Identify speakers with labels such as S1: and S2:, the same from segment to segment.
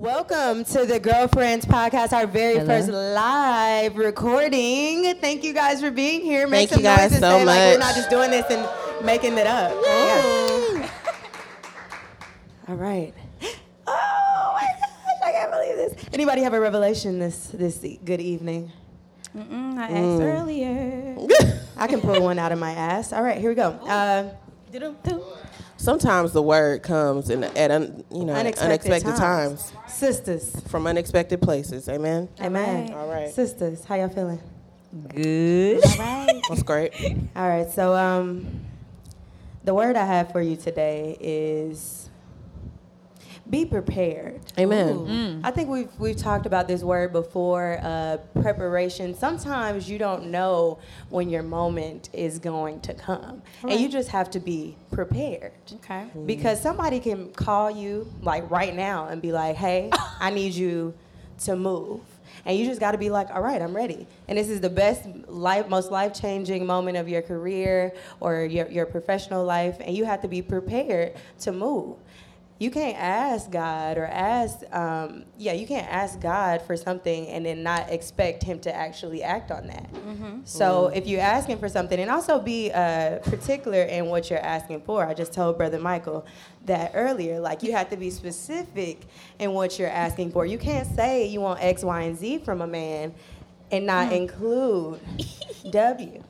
S1: Welcome to the Girlfriends Podcast, our very
S2: Hello.
S1: first live recording. Thank you guys for being here. Make
S2: Thank
S1: some
S2: you
S1: noise
S2: guys
S1: and
S2: so
S1: say like we're
S2: much.
S1: not just doing this and making it up.
S2: Oh.
S1: Yeah. All right. Oh my gosh, I can't believe this. Anybody have a revelation this this e- good evening?
S3: Mm, I asked earlier.
S1: I can pull one out of my ass. All right, here we go. Uh,
S3: Do-do-do.
S2: Sometimes the word comes in at un, you know
S1: unexpected,
S2: unexpected, times.
S1: sisters.
S2: from unexpected places. Amen.
S1: Amen.
S3: right.
S2: All right,
S1: Sisters, how y'all feeling?
S4: Good.
S3: All right.
S2: that's great.
S1: All right, so um, the word I have for you today is be prepared.
S2: Amen.
S1: I think we've we've talked about this word before. Uh, preparation. Sometimes you don't know when your moment is going to come, and you just have to be prepared.
S3: Okay.
S1: Because somebody can call you like right now and be like, "Hey, I need you to move," and you just got to be like, "All right, I'm ready." And this is the best life, most life changing moment of your career or your your professional life, and you have to be prepared to move. You can't ask God or ask, um, yeah, you can't ask God for something and then not expect Him to actually act on that. So if you're asking for something, and also be uh, particular in what you're asking for. I just told Brother Michael that earlier. Like you have to be specific in what you're asking for. You can't say you want X, Y, and Z from a man and not include W.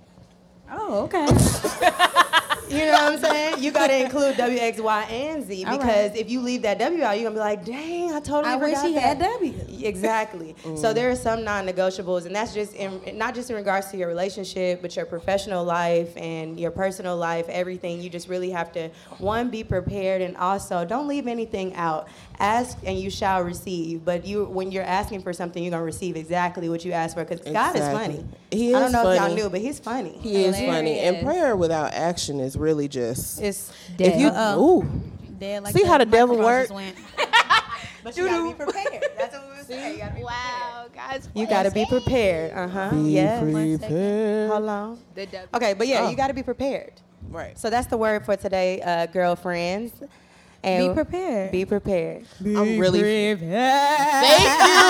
S3: Oh, okay.
S1: You know what I'm saying? You gotta include W, X, Y, and Z
S3: All
S1: because
S3: right.
S1: if you leave that W out, you're gonna be like, dang, I totally
S3: I wish
S1: forgot
S3: he
S1: that.
S3: had W.
S1: Exactly. So there are some non-negotiables, and that's just in, not just in regards to your relationship, but your professional life and your personal life, everything. You just really have to one be prepared, and also don't leave anything out. Ask and you shall receive. But you, when you're asking for something, you're gonna receive exactly what you asked for because God is
S2: Exactly.
S1: funny.
S2: He
S1: I don't
S2: is
S1: know if y'all
S2: funny.
S1: knew, but he's funny.
S2: He is funny, and
S3: Hilarious.
S2: prayer without action is really just.
S3: It's dead.
S2: if you ooh,
S3: Uh-oh. Dead like
S2: See how the devil
S3: microphone just
S2: work?
S3: went.
S1: But you gotta be prepared. That's what we were saying. You gotta be
S5: Wow, guys.
S1: You gotta be prepared. Uh huh.
S2: be
S1: Yes.
S2: prepared.
S1: How long?
S5: The W.
S1: Okay, but yeah,
S2: Oh.
S1: you gotta be prepared.
S2: Right.
S1: So that's the word for today, uh, girlfriends. And
S3: Be prepared.
S1: Be prepared.
S2: I'm really Thank you.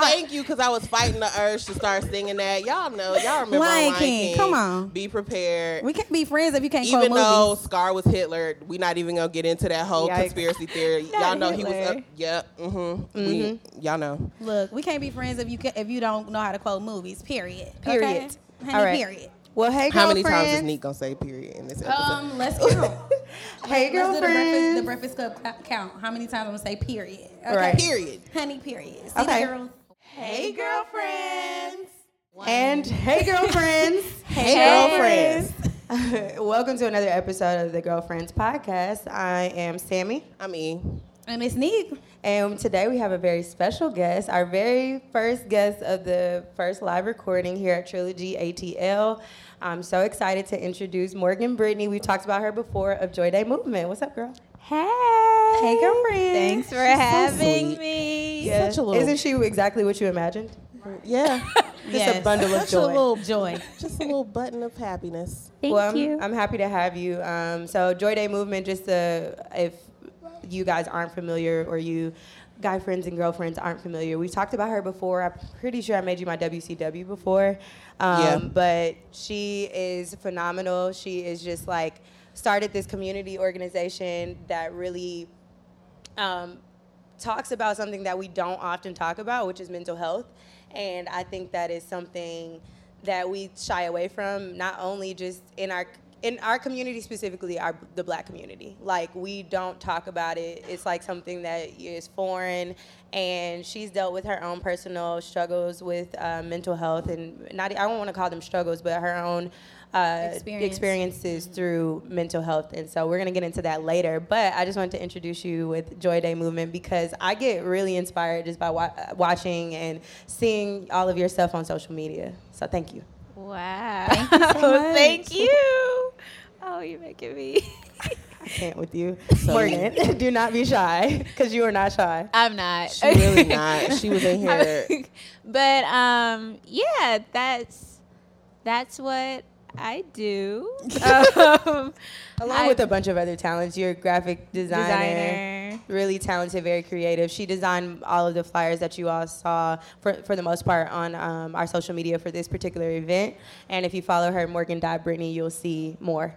S2: Thank you, because I was fighting the urge to start singing that. Y'all know, y'all remember
S3: Lion
S2: Lion,
S3: King, come on.
S2: Be prepared.
S3: we can't be friends if you can't
S2: even
S3: quote
S2: though
S3: movies.
S2: Scar was Hitler, we not even gonna get into that whole
S1: Yikes.
S2: conspiracy theory. y'all know he was up. Yep. hmm We, y'all know.
S3: Look, we can't be friends if you ca- if you don't know how to quote movies. Period.
S1: Period.
S3: Okay? Honey,
S1: All right.
S3: Period.
S1: Well, hey,
S2: How many times is
S1: girlfriends.
S2: Neek gonna say period in this episode?
S3: Um, let's count.
S1: Hey,
S3: Let's do the breakfast, the
S1: girlfriends.
S3: breakfast club cla- count. How many times I'm gonna say period? Okay.
S1: Right.
S2: period.
S3: Honey, period. See
S1: Okay.
S3: okay. girls?
S1: Hey, girlfriends. And hey, girlfriends.
S2: Hey, girlfriends.
S1: Welcome to another episode of the Girlfriends Podcast. I am Sammy.
S2: I mean,
S3: And Miss Neek.
S1: And today we have a very special guest, our very first guest of the first live recording here at Trilogy ATL. I'm so excited to introduce Morgan Brittany. We've talked about her before of Joy Day Movement. What's up, girl?
S5: Hey.
S1: Hey, girlfriend.
S5: Thanks for having me.
S2: such a little-
S1: Isn't she exactly what you imagined?
S2: yeah,
S1: Just a bundle of
S2: such a
S1: joy.
S2: little,
S3: Joy.
S2: just a little button of happiness.
S5: Thank
S1: well, I'm,
S5: you.
S1: I'm happy to have you. Um, so, Joy Day Movement, just to, if you guys aren't familiar or you guy friends and girlfriends aren't familiar, we've talked about her before. I'm pretty sure I made you my WCW before. Um,
S2: Yeah.
S1: But she is phenomenal. She is just like started this community organization that really um, talks about something that we don't often talk about, which is mental health. And I think that is something that we shy away from, not only just in our in our community specifically, our the Black community. Like we don't talk about it. It's like something that is foreign. And she's dealt with her own personal struggles with uh, mental health, and not I don't want to call them struggles, but her own uh,
S3: Experience.
S1: experience experiences through mental health. And so we're going to get into that later. But I just wanted to introduce you with Joy Day Movement because I get really inspired just by wa- watching and seeing all of your stuff on social media. So thank you.
S5: Wow. Thank you. Thank you. Oh, you're making me.
S1: I can't with you. Morgan, do not be shy because you are not shy.
S5: I'm not.
S2: She really not. She was in here.
S5: but um, yeah, that's that's what I do. Um,
S1: Along
S5: I-
S1: with a bunch of other talents, you're a graphic designer.
S5: designer.
S1: really talented, very creative. She designed all of the flyers that you all saw for, for the most part on um, our social media for this particular event. And if you follow her, Morgan Brittany, you'll see more.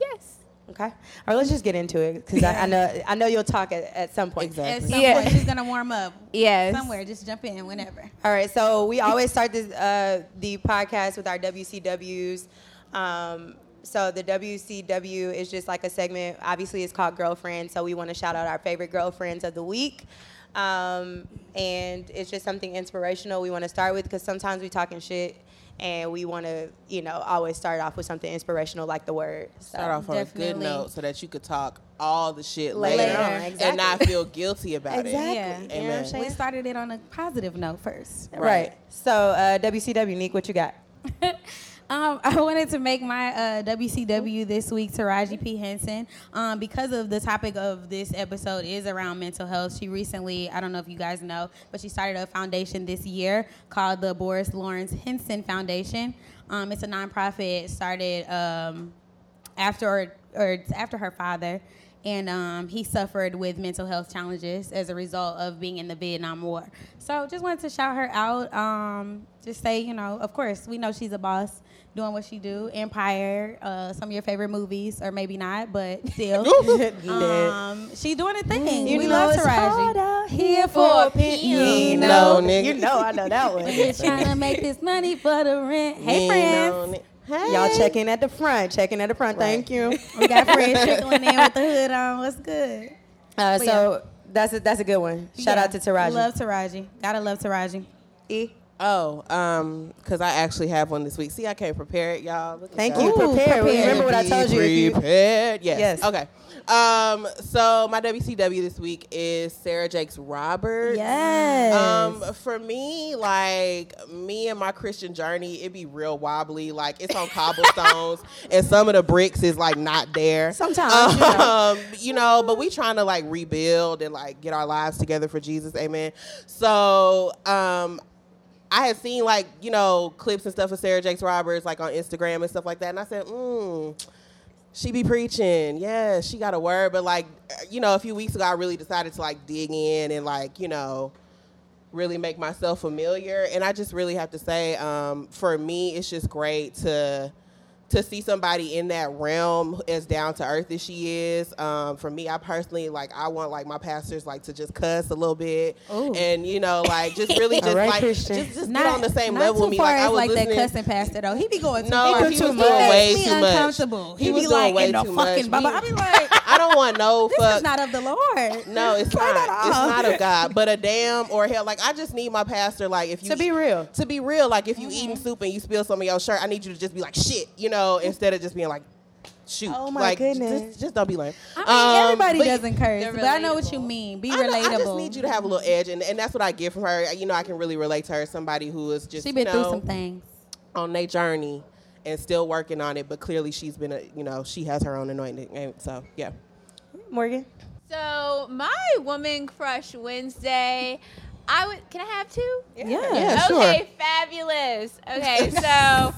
S5: Yes.
S1: Okay. All right, let's just get into it because I, I know I know you'll talk at, at some point.
S3: At
S2: Exactly.
S3: some
S5: Yeah.
S3: point, she's gonna warm up.
S5: Yes.
S3: Somewhere, just jump in whenever.
S1: All right, so we always start this uh, the podcast with our WCWs. Um, so the WCW is just like a segment. Obviously, it's called Girlfriend. So we want to shout out our favorite girlfriends of the week, um, and it's just something inspirational we want to start with because sometimes we talking shit, and we want to you know always start off with something inspirational like the word. So.
S2: Start off on a good
S3: Definitely.
S2: note so that you could talk all the shit
S1: Later
S2: later,
S1: on,
S2: and not
S1: exactly.
S2: feel guilty about
S1: Exactly.
S2: it.
S3: Yeah.
S1: You know what I'm
S2: Amen.
S1: saying?
S3: We started it on a positive note first.
S1: Right. So uh, WCW, Nick, what you got?
S3: Um, I wanted to make my uh, WCW this week to Raji P. Henson um, because of the topic of this episode is around mental health. She recently, I don't know if you guys know, but she started a foundation this year called the Boris Lawrence Henson Foundation. Um, it's a nonprofit started um, after or, or after her father, and um, he suffered with mental health challenges as a result of being in the Vietnam War. So just wanted to shout her out. Um, just say, you know, of course we know she's a boss doing what she do. Empire, uh, some of your favorite movies, or maybe not, but still, um, she doing a
S2: Mm,
S3: thing. we love Taraji.
S1: out
S3: Here for a
S2: You
S3: penny.
S2: know, nigga.
S1: You know, I know that one.
S3: Just trying to make this money for the rent. Hey,
S2: You
S3: friends.
S2: know it.
S1: Y'all checking at the front, checking at the front. Thank you.
S3: We got friends trickling in with the hood on. What's good?
S1: Uh,
S3: But
S1: so that's a, that's a good one. Shout out to
S3: Yeah.
S1: Taraji.
S3: Love Taraji. Gotta love Taraji.
S1: E.
S2: Oh, um, because I actually have one this week. See, I came prepared, y'all. Look at
S1: Thank
S2: y'all.
S1: you.
S3: Ooh,
S1: Prepare.
S3: prepared.
S1: Remember what I told you. if you-
S2: Prepared. Yes.
S1: Yes.
S2: Okay. Um, so my WCW this week is Sarah Jakes Roberts.
S3: Yes.
S2: Um, for me, like me and my Christian journey, it be real wobbly. Like it's on cobblestones, and some of the bricks is like not there.
S1: Sometimes, you know.
S2: um, you know, but we trying to like rebuild and like get our lives together for Jesus, amen. So, um, I had seen like you know clips and stuff of Sarah Jakes Roberts like on Instagram and stuff like that, and I said, mm, she be preaching, yeah, she got a word, but like you know, a few weeks ago, I really decided to like dig in and like you know really make myself familiar. And I just really have to say, um, for me, it's just great to to see somebody in that realm as down to earth as she is. Um, for me, I personally like I want like my pastors like to just cuss a little bit,
S3: Ooh.
S2: and you know, like just really just
S1: All right,
S2: like
S1: Christian.
S2: just, just get on the same
S3: not
S2: level
S3: too
S2: with me.
S3: Far
S2: Like I
S3: as
S2: was
S3: like that
S2: listening.
S3: cussing pastor though. He be going too
S2: no,
S3: deep.
S2: he was
S1: too
S2: doing
S1: much.
S2: way
S3: He
S2: too
S3: makes me
S2: much.
S3: uncomfortable.
S2: He,
S3: He
S2: was
S3: be
S2: doing
S3: like,
S2: way
S3: in the
S2: too much.
S3: fucking Bible.
S2: We-
S3: I be like,
S2: I don't want no
S3: This
S2: fuck.
S3: is not of the Lord.
S2: No, it's
S3: Turn
S2: not.
S3: that
S2: It's
S3: off.
S2: not of God, but a damn or hell. Like I just need my pastor. Like if you
S1: To be real.
S2: to be real. Like if you eating
S3: Mm-hmm.
S2: soup and you spill some of your shirt, I need you to just be like shit, you know, instead of just being like shoot.
S1: Oh, my
S2: like,
S1: goodness.
S2: Just, just don't be lame.
S3: I mean,
S2: Um,
S3: everybody
S2: but-
S3: doesn't curse,
S5: they're
S3: but I know what you
S5: relatable.
S3: mean. Be
S2: I, know, I
S3: relatable.
S2: just need you to have a little edge, and, and that's what I get from her. You know, I can really relate to her. Somebody who is just
S3: she been
S2: you
S3: through
S2: know,
S3: some things.
S2: on their journey and still working on it, but clearly she's been a you know she has her own anointing. and So yeah.
S1: Morgan.
S5: So my woman crush Wednesday. I would. Can I have two?
S3: Yeah.
S2: Yeah, sure.
S5: okay, fabulous. Okay, so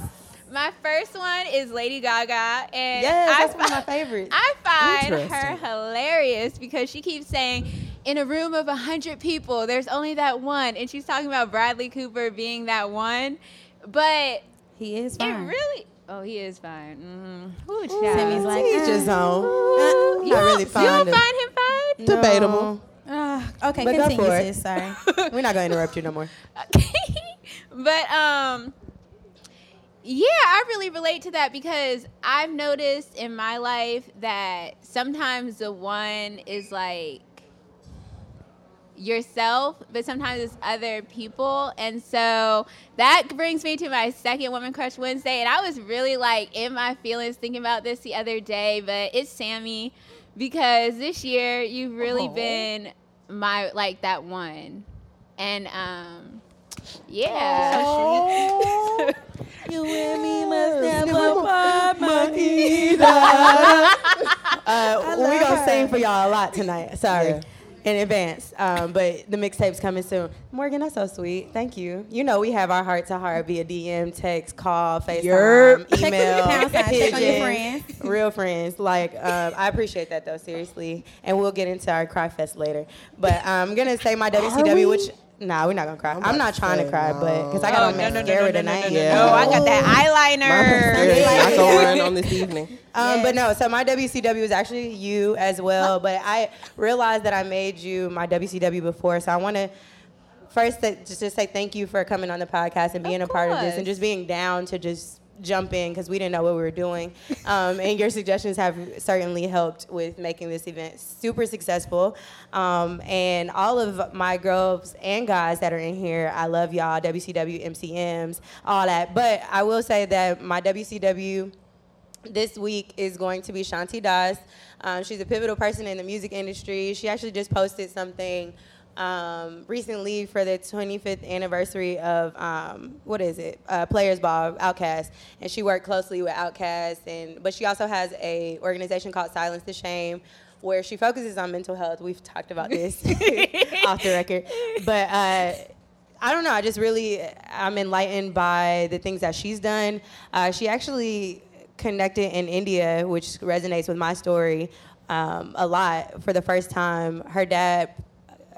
S5: my first one is Lady Gaga, and
S1: Yes,
S5: I
S1: that's one of my favorites.
S5: I find her
S2: Interesting.
S5: hilarious because she keeps saying, in a room of 100 people, there's only that one. And she's talking about Bradley Cooper being that one. But
S3: He is
S5: it
S3: fine.
S5: really, oh, he is fine. Mm-hmm. Ooh,
S3: Timmy's
S5: child.
S3: like,
S1: Teach
S3: uh,
S1: his own. Uh,
S5: You
S1: Not really
S5: don't- you
S1: fond
S5: don't find
S1: of.
S5: him fine?
S1: No.
S2: Debatable.
S3: ah, okay,
S1: But go
S3: continue,
S1: for it.
S3: sis. Sorry.
S1: We're not gonna interrupt you no more.
S5: but um yeah i really relate to that because i've noticed in my life that sometimes the one is like yourself but sometimes it's other people and so that brings me to my second woman crush wednesday and i was really like in my feelings thinking about this the other day but it's sammy because this year you've really
S3: Aw.
S5: been my like that one and um yeah
S3: you and me must never
S1: Never
S3: part. My
S1: Uh, we
S3: love
S1: gonna
S3: her.
S1: sing for y'all a lot tonight. Sorry.
S2: Yeah.
S1: in advance. Um, but the mixtape's coming soon. Morgan, that's so sweet. Thank you. You know we have our heart to heart via DM, text, call, FaceTime,
S2: Yerp.
S3: Check on your
S1: email,
S3: pound sign, check on your
S1: pigeon,
S3: friends.
S1: real friends. Like um, I appreciate that though, seriously. And we'll get into our cry fest later. But I'm gonna say my
S2: we?
S1: WCW, which nah, we're not gonna cry. I'm,
S2: about
S1: not
S2: to
S1: trying to
S2: say
S1: cry, but because I
S4: Oh,
S1: got
S4: no,
S1: on
S4: no, no, no,
S1: mascara
S4: no, no,
S1: tonight.
S4: no, no,
S2: Yeah.
S4: no. I got that
S2: Yeah, it's not
S1: Like-
S4: eyeliner.
S2: gonna run on this evening.
S1: Um, but no, so my WCW is actually you as well. But I realized that I made you my WCW before, so I want to first th- just just say thank you for coming on the podcast and being
S5: Of
S1: a part of this and
S5: course.
S1: just being down to just jump in because we didn't know what we were doing. Um, and your suggestions have certainly helped with making this event super successful. Um, and all of my girls and guys that are in here, I love y'all, WCW, MCMs, all that. But I will say that my WCW this week is going to be Shanti Das. Um, she's a pivotal person in the music industry. She actually just posted something um, recently for the 25th anniversary of um, what is it? Uh, Players Ball, Outkast, and she worked closely with Outkast, and but she also has a organization called Silence the Shame. Where she focuses on mental health. We've talked about this off the record. But uh, I don't know. I just really I'm enlightened by the things that she's done. Uh, she actually connected in India, which resonates with my story um, a lot. For the first time, her dad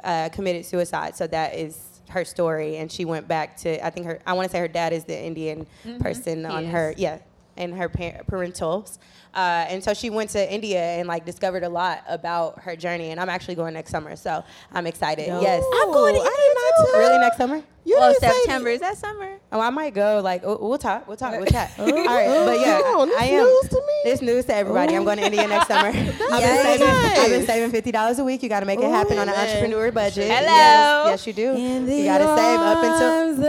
S1: uh, committed suicide, so that is her story, and she went back to I think her I want to say her dad is the Indian person on
S5: is.
S1: her yeah and her par- parentals. Uh, and so she went to India and like discovered a lot about her journey. And I'm actually going next summer, so I'm excited. Yes,
S2: I'm going to
S1: Ooh,
S2: India
S1: I did not
S2: too.
S1: Really next summer?
S2: You
S5: well,
S2: didn't say-
S5: September is that summer?
S1: Oh, I might go. Like we'll we'll talk. We'll talk. We'll chat. All right, but yeah,
S2: Wow, this
S1: I am.
S2: news to me.
S1: This news to everybody. I'm going to India next summer. I've, been
S2: Yes.
S1: saving, I've been
S2: nice.
S1: saving fifty dollars a week. You got to make it happen on an
S2: Amen.
S1: entrepreneur budget.
S5: Hello.
S1: Yes, yes you do.
S3: In the
S1: you got to save up until.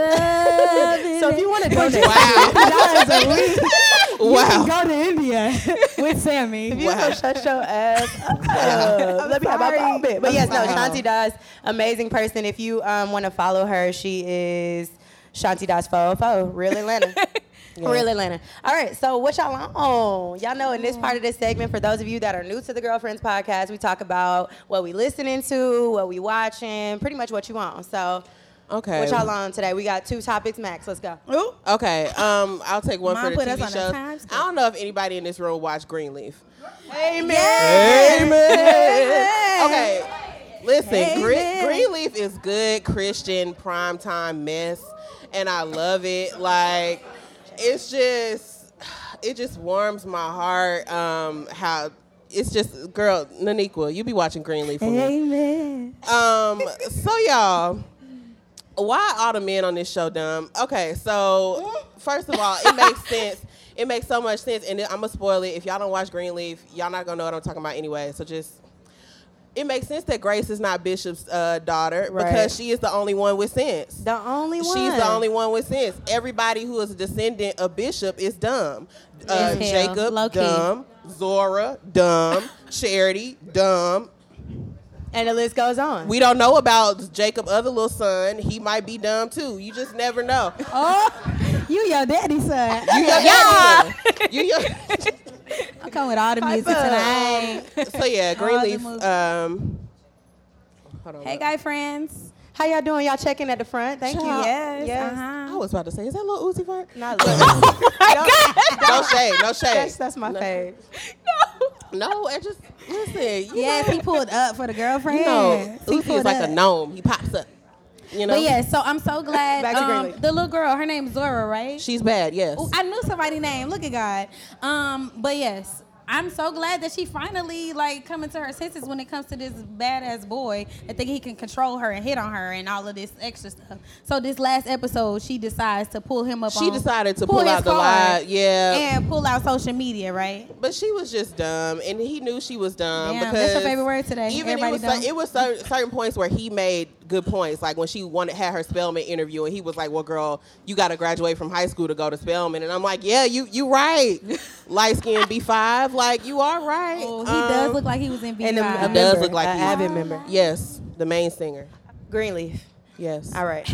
S3: arms of
S1: So if you want to donate,
S2: Wow. wow.
S3: go to India with Sammy.
S1: You go shut your ass. up. Let me have my moment. But yes, no, Shanti Das, amazing person. If you um, want to follow her, she is Shanti Das Fo Fo, real Atlanta. Real Atlanta. All right, so what y'all on? Y'all know in this part of this segment, for those of you that are new to the Girlfriends podcast, we talk about what we listening to, what we watching, pretty much what you on. So,
S2: Okay.
S1: what y'all on today? We got two topics max. Let's go.
S2: Okay. Um, I'll take one
S3: Mom
S2: for the
S3: put
S2: TV
S3: us on a
S2: shows.
S3: time
S2: I don't know if anybody in this room watched Greenleaf.
S1: Amen.
S2: Okay. Listen, Gre-
S1: Amen.
S2: Greenleaf is good Christian primetime mess, and I love it. Like, it's just, it just warms my heart. Um, how it's just, girl, Naniqua, you be watching Greenleaf for me.
S3: Amen.
S2: Um, so y'all, why are the men on this show dumb? Okay, so first of all, it makes sense. It makes so much sense, and I'm gonna spoil it. If y'all don't watch Greenleaf, y'all not gonna know what I'm talking about anyway. So just, it makes sense that Grace is not Bishop's uh, daughter
S1: Right.
S2: because she is the only one with sense.
S1: The only one.
S2: She's the only one with sense. Everybody who is a descendant of Bishop is dumb. Uh,
S3: Yes, hell.
S2: Jacob,
S3: Low key.
S2: dumb. Zora, dumb. Charity, dumb.
S1: And the list goes on.
S2: We don't know about Jacob other little son. He might be dumb too. You just never know.
S3: Oh, you your daddy son.
S2: You your yeah. You your
S3: I'm coming with all the music tonight.
S2: So yeah, Greenleaf.
S3: moves.
S2: Um hold on.
S3: Hey, guy friends.
S1: How y'all doing? Y'all checking at the front? Thank you.
S3: Yes.
S1: Yes.
S2: I
S3: Uh-huh.
S2: was about to say, is that little Uzi Vert?
S1: Not look.
S3: Oh
S2: No shade, no
S1: that's,
S2: shade.
S1: that's my fave.
S2: No, I just listen. You
S3: Yes, he pulled up for the girlfriend.
S2: know,
S3: He
S2: Uzi is
S3: pulled
S2: like a
S3: up.
S2: gnome. He pops up. You know,
S3: But yeah, so I'm so glad.
S1: Back to
S3: um,
S1: Greenleaf.
S3: the little girl, her name's Zora, right?
S2: she's bad. Yes.
S3: Ooh, I knew somebody's name. Look at God. Um, but yes, I'm so glad that she finally like coming to her senses when it comes to this badass boy that think he can control her and hit on her and all of this extra stuff. So this last episode, she decides to pull him up.
S2: She
S3: on-
S2: decided to pull
S3: his
S2: out the
S3: card
S2: lie, yeah.
S3: and pull out social media, right?
S2: But she was just dumb, and he knew she was dumb.
S3: Damn,
S2: because
S3: that's her favorite word today.
S2: Even it
S3: Everybody
S2: was,
S3: dumb.
S2: cer- it was cer- certain points where he made good points, like when she wanted had her Spelman interview, and he was like, "Well, girl, you got to graduate from high school to go to Spelman," and I'm like, "Yeah, you you right, light skin B five, like you are right."
S3: Oh, he
S2: Um,
S3: does look like he was in V5.
S1: And a, a
S2: does
S1: member,
S2: look like
S1: a
S2: he-
S1: avid member.
S2: Yes, the main singer.
S1: Greenleaf.
S2: Yes.
S1: All right.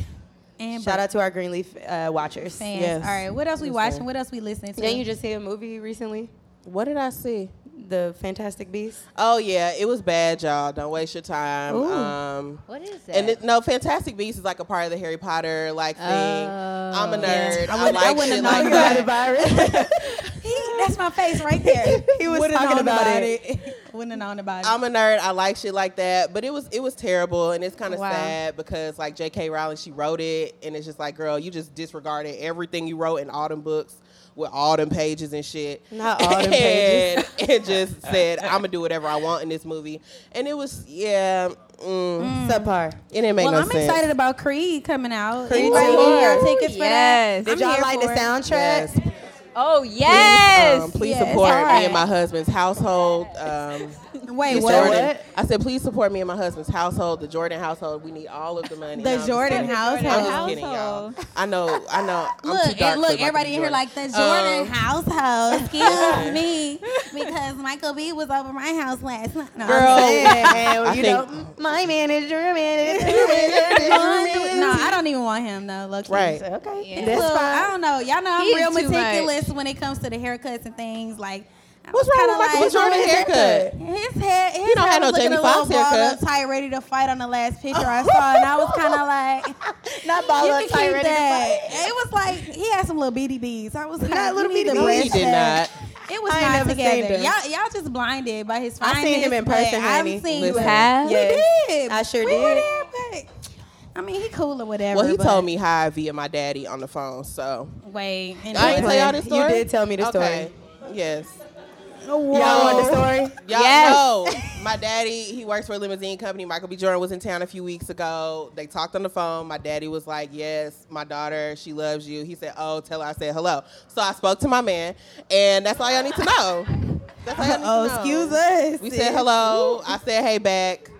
S3: And
S1: Shout
S3: Black
S1: out to our Greenleaf uh, watchers.
S3: fans.
S2: yes.
S3: All right, what else we
S2: Understand.
S3: watching? What else we listening to?
S1: Didn't you just see a movie recently?
S2: What did I see?
S1: The Fantastic Beasts.
S2: Oh yeah, it was bad, y'all. Don't waste your time.
S3: Ooh.
S2: Um,
S5: What is that?
S2: and it, no, Fantastic Beasts is like a part of the Harry Potter like thing. I'm a
S5: Oh.
S2: nerd.
S3: I
S2: I,
S3: wouldn't,
S2: like
S3: I wouldn't
S2: shit
S3: have
S2: like
S3: known
S2: that.
S3: you about it. he, that's my face right there.
S1: He was
S3: Would've
S1: talking
S3: known
S1: about it.
S3: wouldn't have known about it.
S2: I'm a nerd. I like shit like that. But it was it was terrible, and it's kind of
S3: Wow.
S2: sad because like J.K. Rowling, she wrote it, and it's just like, girl, you just disregarded everything you wrote in autumn books with autumn pages and shit.
S1: Not all them pages.
S2: and it just said, I'm gonna do whatever I want in this movie, and it was yeah, mm,
S1: Subpar.
S2: it didn't make
S3: well,
S2: no
S3: I'm
S2: sense.
S3: excited about Creed coming out.
S1: Creed
S3: Anybody
S1: two.
S3: got
S5: Ooh,
S3: tickets for
S5: yes.
S3: that?
S5: Did
S1: Did
S3: I'm
S1: y'all
S3: here
S1: like the
S3: for it.
S1: soundtrack?
S2: Yes.
S5: oh
S2: Please,
S5: yes.
S2: um, please
S3: Yes.
S2: support me
S3: Alright.
S2: and my husband's household. Um,
S3: Wait,
S2: the
S3: what?
S2: Jordan-
S1: what?
S2: I said, please support me and my husband's household, the Jordan household. We need all of the money. No,
S3: The
S2: I'm just
S3: Jordan
S2: kidding.
S3: household.
S2: I'm just kidding, y'all. I know, I know. I'm too
S3: Look,
S2: dark
S3: and
S2: for
S3: look,
S2: Michael
S3: everybody
S2: B.
S3: in here
S2: Jordan.
S3: like the Jordan
S2: Um,
S3: household. Excuse me, because Michael B was over my house last night. No, I'm
S2: Girl,
S3: just-
S2: I
S1: and, you
S2: think-
S1: know, my manager, your
S3: no,
S1: manager.
S3: I don't even want him. No, look,
S2: Right.
S1: okay,
S5: Yeah.
S1: that's
S3: Look,
S1: fine.
S3: I don't know. Y'all know I'm
S5: He's
S3: real
S5: too much.
S3: meticulous when it comes to the haircuts and things. Like, I
S2: What's
S3: was
S2: wrong with Michael
S3: kinda
S2: B.
S3: like-
S2: Jordan haircut?
S3: His head, his
S2: don't
S3: hair
S2: have
S3: was
S2: no
S3: looking
S2: Jamie
S3: a little
S2: Foxx
S3: balled
S2: haircut.
S3: up tight, ready to fight on the last picture I saw, and I was kind of like,
S1: Not ball
S3: you
S1: up
S3: can
S1: tight,
S3: keep
S1: ready to
S3: that.
S1: fight.
S3: It was like he had some little BDBs. I was like,
S1: Not little
S3: you need to
S1: bitty
S2: No,
S1: bees.
S2: he
S3: brush
S1: He
S2: did
S3: that.
S2: not.
S3: It was
S1: I ain't
S3: not
S1: never seen
S3: together.
S1: them.
S3: Y'all, y'all just blinded by his.
S1: I seen him
S3: fineness,
S1: in person,
S3: but
S1: honey.
S3: I've seen
S1: You
S3: you
S5: have?
S3: We
S1: Yes.
S3: did.
S1: I sure
S3: we Were
S1: did.
S3: there, but, I mean, he cool or whatever.
S2: Well, he
S3: but-
S2: told me hi via my daddy on the phone, so.
S3: Wait,
S2: I ain't
S3: anyway.
S2: tell y'all this
S1: You
S2: story?
S1: did tell me the
S2: Okay. Yes.
S1: Y'all want the story?
S2: Y'all
S5: Yes.
S2: know my daddy, he works for a limousine company. Michael B. Jordan was in town a few weeks ago. They talked on the phone. My daddy was like, Yes, my daughter, she loves you. He said, Oh, tell her I said hello. So I spoke to my man, and that's all y'all need to know. That's all y'all need
S3: Oh,
S2: to know.
S3: excuse us.
S2: We said hello. I said hey back.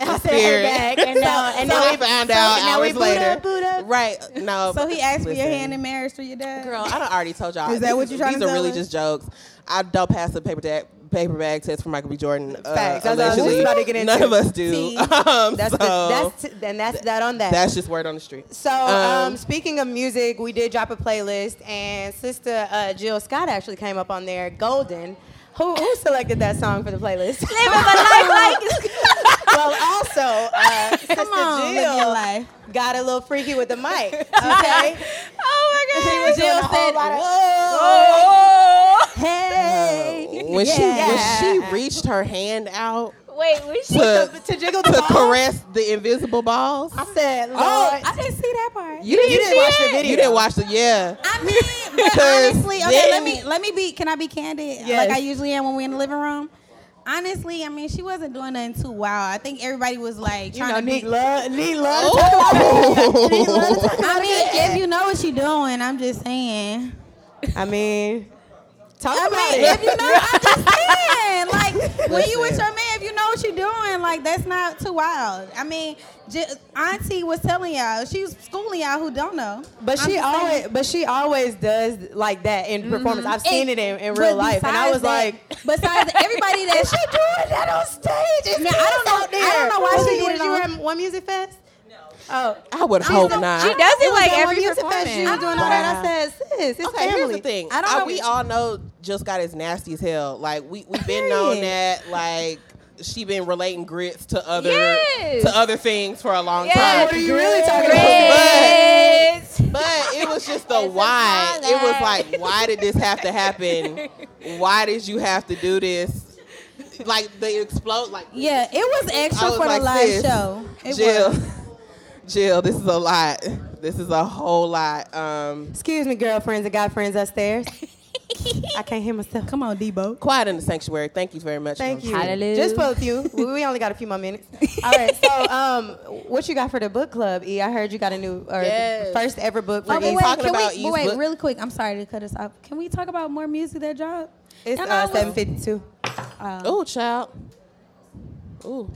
S1: I said her back, and now and
S2: so
S1: now
S2: we found out
S1: and now we
S2: hours
S1: boot
S2: later.
S1: up, boot up.
S2: Right. No.
S3: So he asked for your
S2: listen.
S3: hand in marriage through your dad.
S2: Girl, I done already told y'all.
S3: Is that
S2: This
S3: what you trying
S2: These
S3: to
S2: are really
S3: tell us?
S2: just jokes. I don't pass the paper bag, paper bag test for Michael B. Jordan. uh,
S1: Facts. That's what I was just
S2: allegedly.
S1: about to get
S2: None
S1: into.
S2: of us do.
S3: See,
S2: Um,
S1: That's
S2: so
S1: the, that's t- and that's that on that.
S2: that's just word on the street.
S1: So, um, speaking of music, we did drop a playlist, and Sister uh, Jill Scott actually came up on there, Golden. Who, who selected that song for the playlist? well, also, uh, Sister
S3: Come on, live your
S1: Jill
S3: life.
S1: got a little freaky with the mic. Okay,
S3: Jill
S1: doing a whole
S3: said,
S1: lot of-
S3: "Hey,
S2: when she
S1: yeah.
S2: when she reached her hand out
S5: Wait, was she?
S2: to,
S1: to jiggle the
S2: to
S1: ball.
S2: caress the invisible balls,
S1: I said, Lord,
S3: oh, I didn't see that part."
S1: you, didn't,
S2: see
S1: watch the
S2: it?
S1: video.
S2: You didn't watch the yeah.
S3: I mean, but
S2: Because
S3: honestly, okay,
S2: then-
S3: let me let me be. Can I be candid?
S1: Yes.
S3: Like I usually am when we're in the living room. Honestly, I mean, she wasn't doing nothing too wild. I think everybody was like
S1: You
S3: trying
S1: know,
S3: to be.
S1: need love, need love.
S2: Oh.
S3: I mean, if you know what you're doing, I'm just saying.
S1: I mean, talk
S3: I
S1: about
S3: mean,
S1: it.
S3: if you know, I'm just saying. Like, when you with
S2: Listen.
S3: your man, if you know what you're doing, like, that's not too wild. I mean, j- Auntie was telling y'all, she was schooling y'all who don't know.
S1: But
S3: I'm
S1: she
S3: just
S1: always,
S3: saying.
S1: but she always does like that
S2: Mm-hmm.
S1: in performance. I've seen it, in, in real
S3: But
S1: life, and I
S3: besides
S1: was
S3: that-
S1: like,
S3: besides everybody that
S1: Is she doing that on stage? It's
S3: Now, I
S1: kids
S3: don't know-
S1: out
S3: I
S1: there.
S3: don't know why
S1: Was
S3: she
S1: you-
S3: did
S1: was
S3: it
S1: you
S3: on-
S1: at One Music Fest. No. Oh.
S2: I would hope not.
S5: She does it like
S1: at
S5: every
S1: One Music Fest. She was
S5: performance.
S1: doing all that. I said, sis, it's
S2: Okay,
S1: family.
S2: here's the thing.
S3: I
S2: I
S3: don't
S2: don't
S3: know-
S2: We all know Jill Scott is nasty as hell. Like we we've been known
S1: Period.
S2: that. Like she been relating grits to other
S5: Yes.
S2: to other things for a long
S5: Yes.
S1: What
S2: time.
S1: are you really talking about?
S5: Yes.
S2: But it was just the
S5: It's a
S2: why. It was
S5: product.
S2: like, why did this have to happen? Why did you have to do this? Like they explode. Like
S3: Yeah, it was extra
S2: was
S3: for
S2: like,
S3: the live
S2: sis,
S3: show. It
S2: Jill,
S3: was. Oh,
S2: Jill, this is a lot. This is a whole lot. Um,
S1: Excuse me, girlfriends and guy friends upstairs. I can't hear myself.
S3: Come on, Debo.
S2: quiet in the sanctuary. Thank you very much.
S1: Thank you.
S5: Hallelujah.
S1: Just for a few. We we only got a few more minutes. All right. So, um, what you got for the book club? E, I heard you got a new or
S2: Yes.
S1: first ever book for
S3: Oh, but
S1: E.
S3: wait,
S2: talking
S3: can
S2: about
S3: we,
S2: East
S3: but wait
S2: Book-
S3: really quick. I'm sorry to cut us off. Can we talk about more music that dropped?
S1: It's
S3: Y'all know I
S1: uh,
S3: was-
S1: seven fifty two.
S2: Oh, child. Ooh.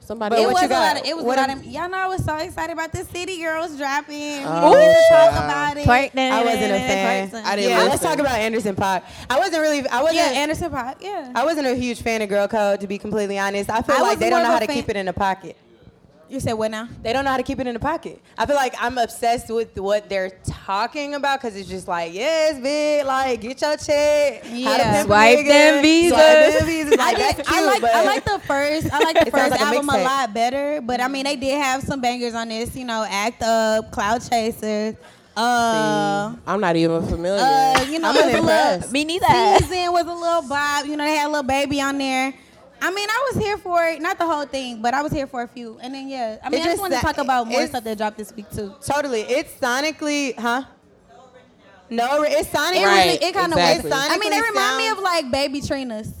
S2: Somebody.
S1: But
S3: it
S1: what
S3: was
S1: you
S3: a
S1: got?
S3: lot. Of, it was
S1: What
S3: a lot
S1: am-
S3: of. Y'all know I was so excited about the City Girls dropping. We didn't
S2: Oh,
S3: get to talk
S2: child.
S3: about it.
S1: I wasn't a fan.
S3: Clarkson.
S2: I didn't
S1: yeah, let's
S2: listen.
S1: talk about Anderson Park. I wasn't really. I wasn't.
S3: Yeah, Anderson Pop. Yeah.
S1: I wasn't a huge fan of Girl Code, to be completely honest. I feel
S3: I was
S1: like they
S3: more
S1: don't know
S3: of a
S1: how to
S3: fan-
S1: keep it in the pocket.
S3: You said what now?
S1: They don't know how to keep it in the pocket. I feel like I'm obsessed with what they're talking about because it's just like, yes, big, like get your check. how to
S3: Yeah.
S1: pimp a
S5: Swipe
S1: nigga,
S5: them
S1: Swipe
S5: Visas.
S1: them visas. Like,
S3: I,
S1: that's
S3: did-
S1: cute,
S3: I like
S1: but
S3: I like the first I like the
S1: It sounds
S3: first
S1: like a
S3: album a
S1: mixtape.
S3: lot better, but I mean they did have some bangers on this, you know, Act Up, Cloud Chasers, uh,
S2: I'm not even familiar.
S3: uh, you know,
S1: I'm
S3: it was a little,
S1: unimpressed.
S5: Me neither.
S3: season was a little bob. You know, they had a little baby on there. I mean, I was here for it, not the whole thing, but I was here for a few. And then yeah, I mean, I just
S1: just
S3: want to
S1: that-
S3: talk about more
S1: it's-
S3: stuff that dropped this week too.
S1: Totally. It's sonically, huh? No, it's
S3: It,
S1: sonically.
S3: was-
S2: Right,
S3: it kind of
S2: exactly.
S3: was. I mean, they
S1: Sonically
S3: remind me
S1: sounds-
S3: of like Baby Trina's.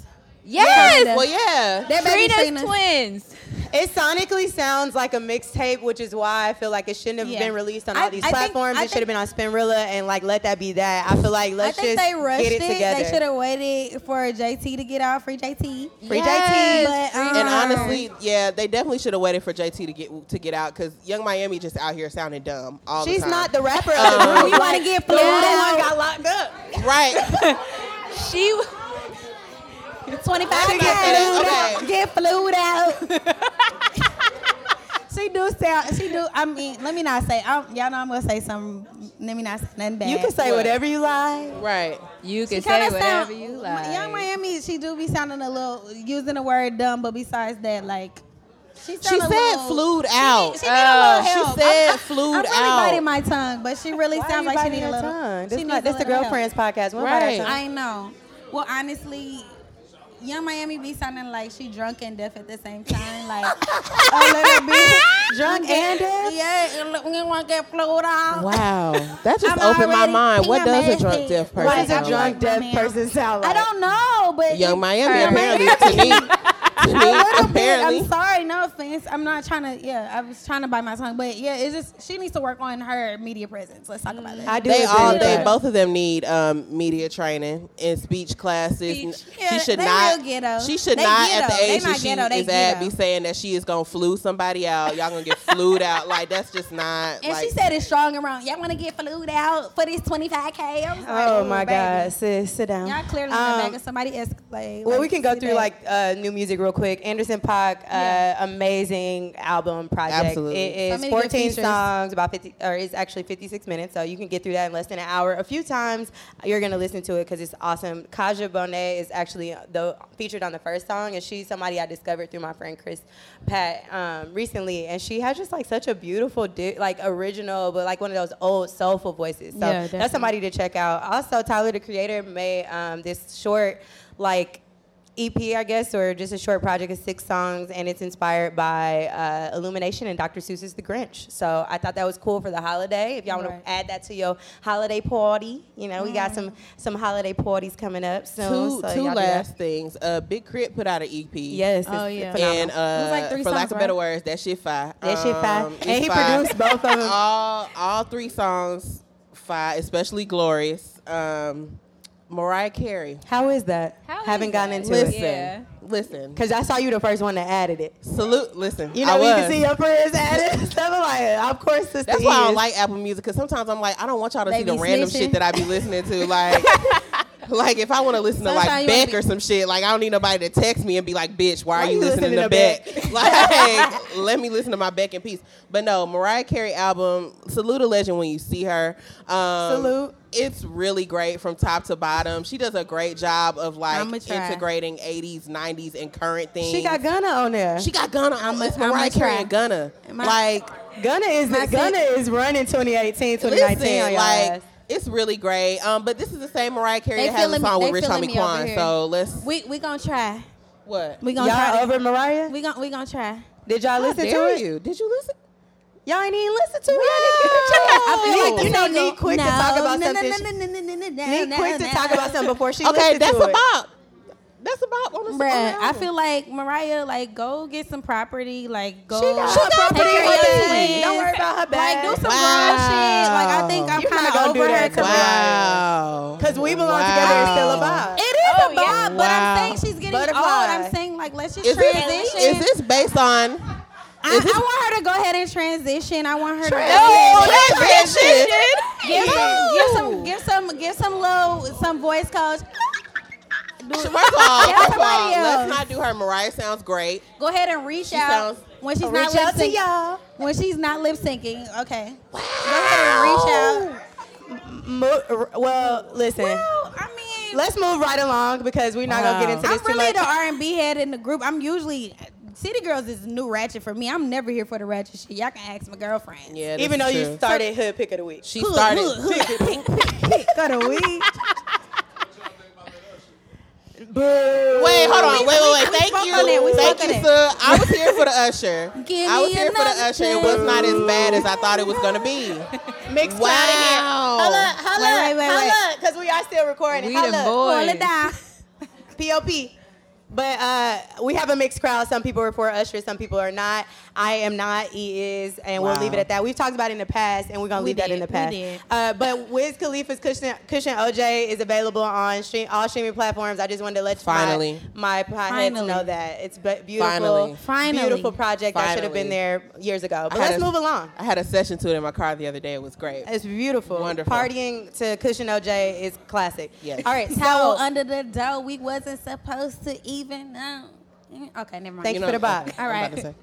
S5: Yes.
S3: Yeah.
S2: well, yeah.
S3: That Baby
S5: Trina's
S3: Trina's.
S5: twins.
S1: It sonically sounds like a mixtape, which is why I feel like it shouldn't have
S3: Yeah.
S1: been released on
S3: I-
S1: all these
S3: I think-
S1: platforms.
S3: I
S1: it should have been on Spinrilla and like let that be that. I feel like
S3: I
S1: let's
S3: think
S1: just
S3: they rushed
S1: get
S3: it.
S1: it together.
S3: They should have waited for JT to get out. Free JT.
S1: Free
S5: Yes.
S1: JT.
S3: But, um,
S2: And honestly, yeah, they definitely should have waited for JT to get to get out because Young Miami just out here sounding dumb all
S1: She's
S2: the
S1: not
S2: time.
S1: the rapper. of the group.
S3: We want to get flew
S1: The one
S3: out.
S1: got locked up.
S2: not right.
S5: She.
S3: 25
S2: I get that.
S3: pounds. Get flued out. she do sound. She do. I mean, let me not say. I, y'all know I'm gonna say something. Let me not say nothing bad.
S1: You can say
S2: What?
S1: whatever you like.
S2: right.
S5: You can say
S3: Kinda
S5: whatever
S3: sound-
S5: you like.
S3: Young Miami, she do be sounding a little using the word dumb, but besides that, like she,
S2: She
S3: sound a
S2: said
S3: little-
S2: flued out.
S3: She need a little
S5: Oh, she
S3: help.
S2: said
S3: I'm,
S2: flued
S3: I'm really
S2: out.
S3: biting my tongue, but she really
S1: Why
S3: sounds
S1: you
S3: like she
S1: biting
S3: need a
S1: your
S3: little.
S1: tongue?
S3: She
S1: This,
S3: needs
S1: not, this
S3: a
S1: the
S3: little help.
S1: girlfriend's podcast. We're
S2: Right.
S1: about our
S3: I know. Well, honestly, Young Miami be sounding like she drunk and deaf at the same time, like a little bit
S1: Drunk and deaf?
S3: Yeah, and look, we want to get flowed out.
S2: Wow, that just
S3: I'm
S2: opened my
S3: already
S2: mind. What
S3: thinking
S2: does a
S3: I'm
S2: drunk
S3: nasty.
S2: deaf person?
S1: Why does a
S2: sound
S1: drunk
S3: like
S1: deaf
S3: my man.
S1: person sound
S3: I
S1: like?
S3: don't know, but
S2: like? Young Miami
S3: Her
S2: apparently
S3: Miami-
S2: to me. To
S3: A
S2: me,
S3: little bit.
S2: apparently.
S3: I'm sorry, no offense. I'm not trying to. Yeah, I was trying to bite my tongue, but yeah, it's just she needs to work on her media presence. Let's talk about that.
S1: I do.
S2: They
S1: agree
S2: all
S1: with
S2: they
S1: that.
S2: both of them need um, media training and speech classes.
S5: Speech.
S2: She
S3: Yeah,
S2: should
S3: they
S2: not.
S3: real ghetto.
S2: She should
S3: They
S2: not at
S3: ghetto.
S2: the
S3: They
S2: age
S3: not
S2: that she
S3: ghetto, they
S2: is at
S3: ghetto.
S2: be saying that she is gonna flew somebody out. Y'all gonna get flued out. Like that's just not.
S3: and
S2: like,
S3: she said it's strong and wrong. Y'all want to get flued out for this 25k? I was like,
S1: Oh my
S3: baby.
S1: God, sis, sit down.
S3: Y'all clearly in
S1: Um,
S3: the back of somebody Escalade.
S1: Well,
S3: Like,
S1: we can go
S3: see
S1: through
S3: that.
S1: like uh, new music real quick. Anderson Paak, uh,
S3: Yeah.
S1: amazing album project.
S2: Absolutely.
S1: It is
S3: So many good
S1: 14
S3: features.
S1: songs, about 50, or it's actually 56 minutes, so you can get through that in less than an hour. A few times you're gonna listen to it because it's awesome. Kaja Bonet is actually the featured on the first song, and she's somebody I discovered through my friend Chris Pat um, recently, and she has just like such a beautiful, di- like original, but like one of those old soulful voices. So
S3: Yeah,
S1: that's
S3: definitely.
S1: somebody somebody to check out. Also, Tyler the Creator made um, this short, like, EP, E I guess, or just a short project of six songs, and it's inspired by uh, Illumination and Dr. Seuss's The Grinch. So I thought that was cool for the holiday. If y'all
S3: Right.
S1: want to add that to your holiday party, you know, we got some
S5: Mm-hmm.
S1: some holiday parties coming up soon.
S2: two
S1: so
S2: two
S1: y'all do
S2: last
S1: that.
S2: things. Uh, Big Crit put out an EP.
S1: Yes, it's
S3: Oh, yeah.
S1: phenomenal.
S2: And
S3: It was
S2: uh,
S3: like three
S2: for lack
S3: songs,
S2: of better
S3: right?
S2: words, that shit fire. Um,
S1: That shit fire.
S2: it's
S1: And he
S2: fire.
S1: produced both of them.
S2: All all three songs fire, especially glorious. Um, Mariah Carey.
S1: How is that?
S5: How is
S1: Haven't gotten
S5: that?
S1: into
S2: Listen,
S1: it.
S5: Yeah.
S2: listen.
S1: Because I saw you the first one that added it.
S2: Salute. Listen,
S1: You know,
S2: I
S1: you
S2: was.
S1: can see your friends added. Stuff like, of course, sister
S2: That's why I
S1: is.
S2: don't like Apple Music because sometimes I'm like, I don't want y'all to
S3: They
S2: see the
S3: be
S2: random
S3: snitching.
S2: shit that I be listening to. Like, like if I want to listen to
S3: Sometimes
S2: like
S3: you wanna
S2: Beck or some shit, like I don't need nobody to text me and be like, bitch, why, are you listening, to, Beck? like, let me listen to my Beck in peace. But no, Mariah Carey album, salute a legend when you see her. Um,
S1: Salute.
S2: It's really great from top to bottom. She does a great job of like
S3: I'ma try.
S2: integrating 80s, 90s, and current things.
S1: She got Gunna on there.
S2: She got Gunna. I'm, it's
S3: I'ma
S2: Mariah Carey
S3: try.
S2: and Gunna.
S3: Am I-
S2: like.
S1: Gunna is
S3: My
S1: Gunna
S3: sis-
S1: is running 2018, 2019
S2: Listen,
S1: on y'all
S2: like
S1: ass.
S2: it's really great. Um, but this is the same Mariah Carey
S3: They
S2: that has a
S3: feeling me-
S2: song
S3: they
S2: with Rich
S3: feeling
S2: Homie
S3: me over
S2: Quan.
S3: here.
S2: So let's
S3: we we gonna try.
S2: what?
S3: We gonna try.
S1: Y'all
S3: to-
S1: over Mariah?
S3: We gonna we gonna try.
S1: Did y'all
S2: How
S1: listen to
S2: dare
S1: it?
S2: you? Did you listen?
S1: Y'all ain't even listen to it.
S2: I
S1: Y'all
S2: feel
S1: didn't get a chance.
S2: like the
S1: you know, need quick to talk about something. she-
S3: Need
S1: Need quick to talk about something before she
S2: Okay,
S1: listen
S2: that's
S1: to
S2: a
S1: it.
S2: bop. That's a bop on the
S3: Bruh,
S2: on the
S3: I
S2: album.
S3: feel like Mariah, like go get some property, like go.
S1: She got,
S3: take
S1: her property.
S3: care of
S1: on
S3: your
S1: the
S3: twins.
S1: team. Don't worry about her
S3: Like
S1: bag.
S3: do some
S2: Wow.
S3: real shit. Like I think I'm
S1: You're not
S3: kind
S1: gonna
S3: of
S1: do
S3: over her.
S1: that to
S3: coming-
S2: wow.
S1: Because we belong together is still a vibe.
S3: It is
S5: Oh,
S3: a vibe,
S5: yeah.
S3: but
S2: Wow.
S3: I'm saying she's getting
S1: Butterfly.
S3: old. I'm saying like let's just
S2: Is this,
S3: transition.
S2: is this based on? Is
S3: I,
S2: this
S3: I want her to go ahead and transition. I want her
S1: Transition.
S2: Oh,
S3: to
S2: that
S5: Transition.
S2: bitch
S3: give,
S2: Ew.
S3: some, give some, give some, give some little, some voice coach.
S2: First of all,
S3: That's
S2: first of all
S3: somebody
S2: let's
S3: else.
S2: not do her. Mariah sounds great.
S3: Go ahead and reach
S2: She
S3: out.
S2: sounds
S3: when she's not
S1: Reach
S3: lip
S1: out to
S3: syncing.
S1: y'all.
S3: When she's not lip syncing, okay. Wow. Don't reach out.
S1: Mo- r- well, listen.
S3: Well, I mean,
S1: Let's move right along because we're not gonna get into this
S3: I'm
S1: too
S3: really
S1: much.
S3: the R and B head in the group. I'm usually City Girls is new ratchet for me. I'm never here for the ratchet shit. Y'all can ask my girlfriend.
S2: Yeah,
S1: Even though
S2: this is
S1: you
S2: true.
S1: started hood pick of the week.
S2: she
S3: Hood,
S2: started.
S3: hood, hood, pink, pink, pink, got a weed.
S2: Wait, hold on. Wait, wait,
S3: We
S2: wait. Thank
S3: spoke on it. We
S2: you. Thank
S3: spoke
S2: you,
S3: on it.
S2: sir. I was here for the usher.
S3: Give
S2: I was
S3: me
S2: here for the
S3: another
S2: usher. It was not as bad as I thought it was going to be.
S1: Mixed
S2: Wow.
S1: Hold up, hold
S3: Wait,
S1: up,
S3: wait, wait,
S1: hold
S3: wait.
S1: up, because we are still recording.
S4: We
S1: Hold
S4: the
S1: up.
S4: boy.
S3: Pull it down.
S1: POP. But uh, we have a mixed crowd. Some people report Usher, some people are not. I am not. He is, and we'll
S2: Wow.
S1: leave it at that. We've talked about it in the past, and we're gonna
S3: We
S1: leave that in
S3: did,
S1: the
S3: we
S1: past.
S3: did.
S1: Uh, but Wiz Khalifa's Cushion, Cushion OJ is available on stream, all streaming platforms. I just wanted to let
S2: Finally.
S1: my, my potheads
S3: Finally.
S1: know that it's be- beautiful,
S2: Finally.
S3: Finally.
S1: beautiful project. I should have been
S2: Finally.
S1: there years ago.
S2: I
S1: But
S2: had
S1: let's
S2: a-
S1: move along.
S2: I had a session to it in my car the other day. It was great.
S1: It's beautiful.
S2: Wonderful.
S1: Partying to Cushion OJ is classic.
S2: Yes.
S1: All right.
S3: Towel
S1: So,
S3: under the door. We wasn't supposed to even know. Okay, never mind.
S1: Thank you for the box.
S2: I'm
S3: All right.
S2: about to say.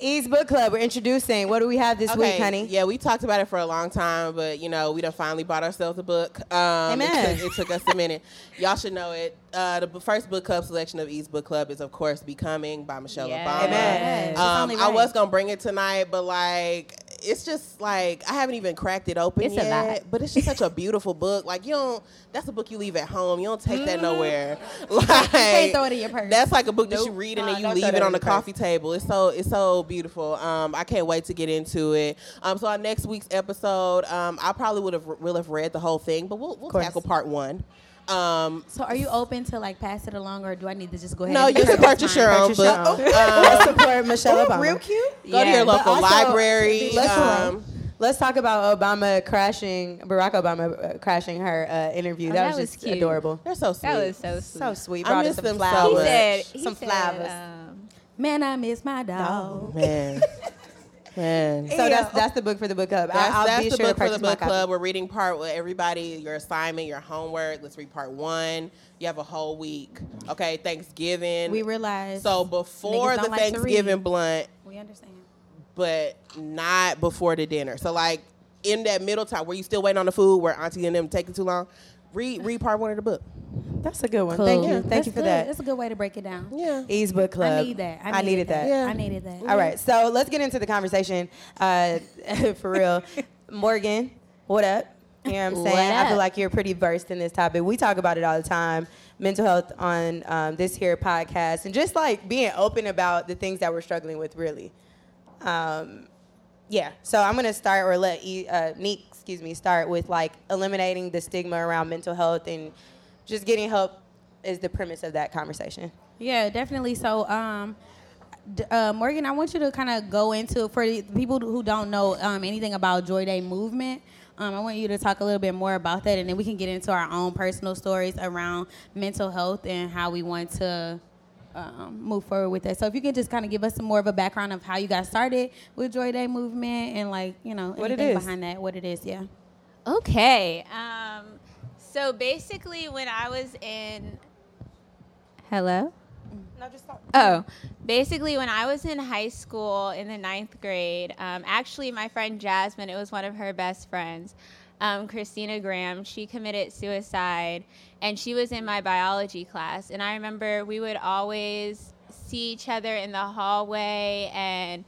S1: Ease Book Club, we're introducing. What do we have this week, honey?
S2: Yeah, we talked about it for a long time, but you know, we done finally bought ourselves a book. Um,
S1: Amen.
S2: It took, it took us a minute. Y'all should know it. Uh, the b- first book club selection of Ease Book Club is, of course, Becoming by Michelle
S5: Yes.
S2: Obama.
S1: Amen.
S3: It's
S2: Um,
S3: only
S2: I
S3: right.
S2: was gonna bring it tonight, but like. It's just like I haven't even cracked it open
S4: It's a
S2: yet,
S4: lot.
S2: but it's just such a beautiful book. Like you don't, that's a book you leave at home. You don't take that nowhere. Like you
S3: can't throw it in your purse.
S2: That's like a book that you read and
S1: Nah,
S2: then you
S1: don't
S2: leave
S1: throw
S2: it
S1: that
S2: on
S1: in
S2: the
S1: your purse.
S2: coffee table. It's so it's so beautiful. Um, I can't wait to get into it. Um, so our next week's episode, um, I probably would have will have read the whole thing, but we'll we'll
S1: course.
S2: tackle part one. Um,
S3: So are you open to like pass it along, or do I need to just go ahead?
S2: no,
S3: and
S2: you can purchase your own
S1: Purchase your own.
S2: book. Um,
S1: Let's support Michelle Obama.
S2: real cute. Go to
S4: Yeah.
S2: your
S4: But
S2: local
S1: also-
S2: library.
S1: Let's,
S2: Um,
S1: let's talk about Obama crashing, Barack Obama uh, crashing her uh, interview.
S5: Oh,
S1: that,
S5: that
S1: was
S5: was
S1: just
S5: cute.
S1: adorable.
S2: they're so sweet.
S5: That was so sweet.
S1: So sweet.
S2: I
S1: Brought us
S2: miss
S1: some
S2: them so
S1: flowers.
S5: He
S2: much.
S5: said, he
S1: some
S5: said,
S1: flowers.
S5: um,
S3: Man, I miss my dog.
S2: man, man.
S1: so that's that's the book for the book club.
S2: That's,
S1: I, will
S2: that's
S1: be
S2: the
S1: sure to
S2: book for the
S1: purchase my
S2: book
S1: copy.
S2: club. We're reading part with everybody, your assignment, your homework. Let's read part one. You have a whole week. Okay, Thanksgiving.
S3: We realize.
S2: so before
S3: niggas don't
S2: the
S3: like to
S2: Thanksgiving
S3: read.
S2: blunt,
S3: we understand.
S2: but not before the dinner. So like in that middle time where you still waiting on the food, where Auntie and them taking too long, read read part one of the book.
S1: That's a good one. Thank you. Thank
S3: That's
S1: you for
S3: good.
S1: that.
S3: That's a good way to break it down.
S2: Yeah.
S1: Ease Book Club.
S3: I need that. I,
S1: needed that.
S3: I needed that.
S1: All right. So let's get into the conversation. Uh, for real, Morgan, what up? You know what I'm
S5: What
S1: saying? I feel
S5: up?
S1: like you're pretty versed in this topic. We talk about it all the time. Mental health on um, this here podcast, and just like being open about the things that we're struggling with, really. Um, yeah. So I'm gonna start or let e, uh, Neek, excuse me, start with like eliminating the stigma around mental health and just getting help is the premise of that conversation.
S3: Yeah, definitely. So, um, d- uh, Morgan, I want you to kind of go into for the people who don't know um, anything about Joy Day movement. Um, I want you to talk a little bit more about that, and then we can get into our own personal stories around mental health and how we want to um, move forward with that. So, if you can just kind of give us some more of a background of how you got started with Joy Day movement and like you know
S1: What it
S3: anything
S1: is.
S3: behind that, what it is. Yeah.
S5: Okay. Um, so basically, when I was in. Hello?
S1: No, just stop.
S5: Oh, basically, when I was in high school in the ninth grade, um, actually, my friend Jasmine, it was one of her best friends, um, Christina Graham, she committed suicide and she was in my biology class. And I remember we would always see each other in the hallway and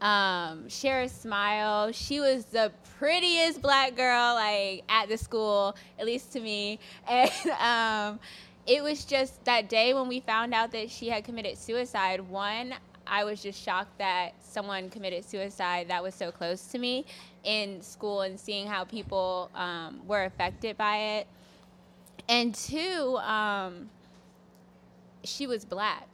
S5: um, share a smile. She was the prettiest black girl, like at the school, at least to me. And um, it was just that day when we found out that she had committed suicide. One, I was just shocked that someone committed suicide that was so close to me in school and seeing how people um, were affected by it. And two, um, she was black.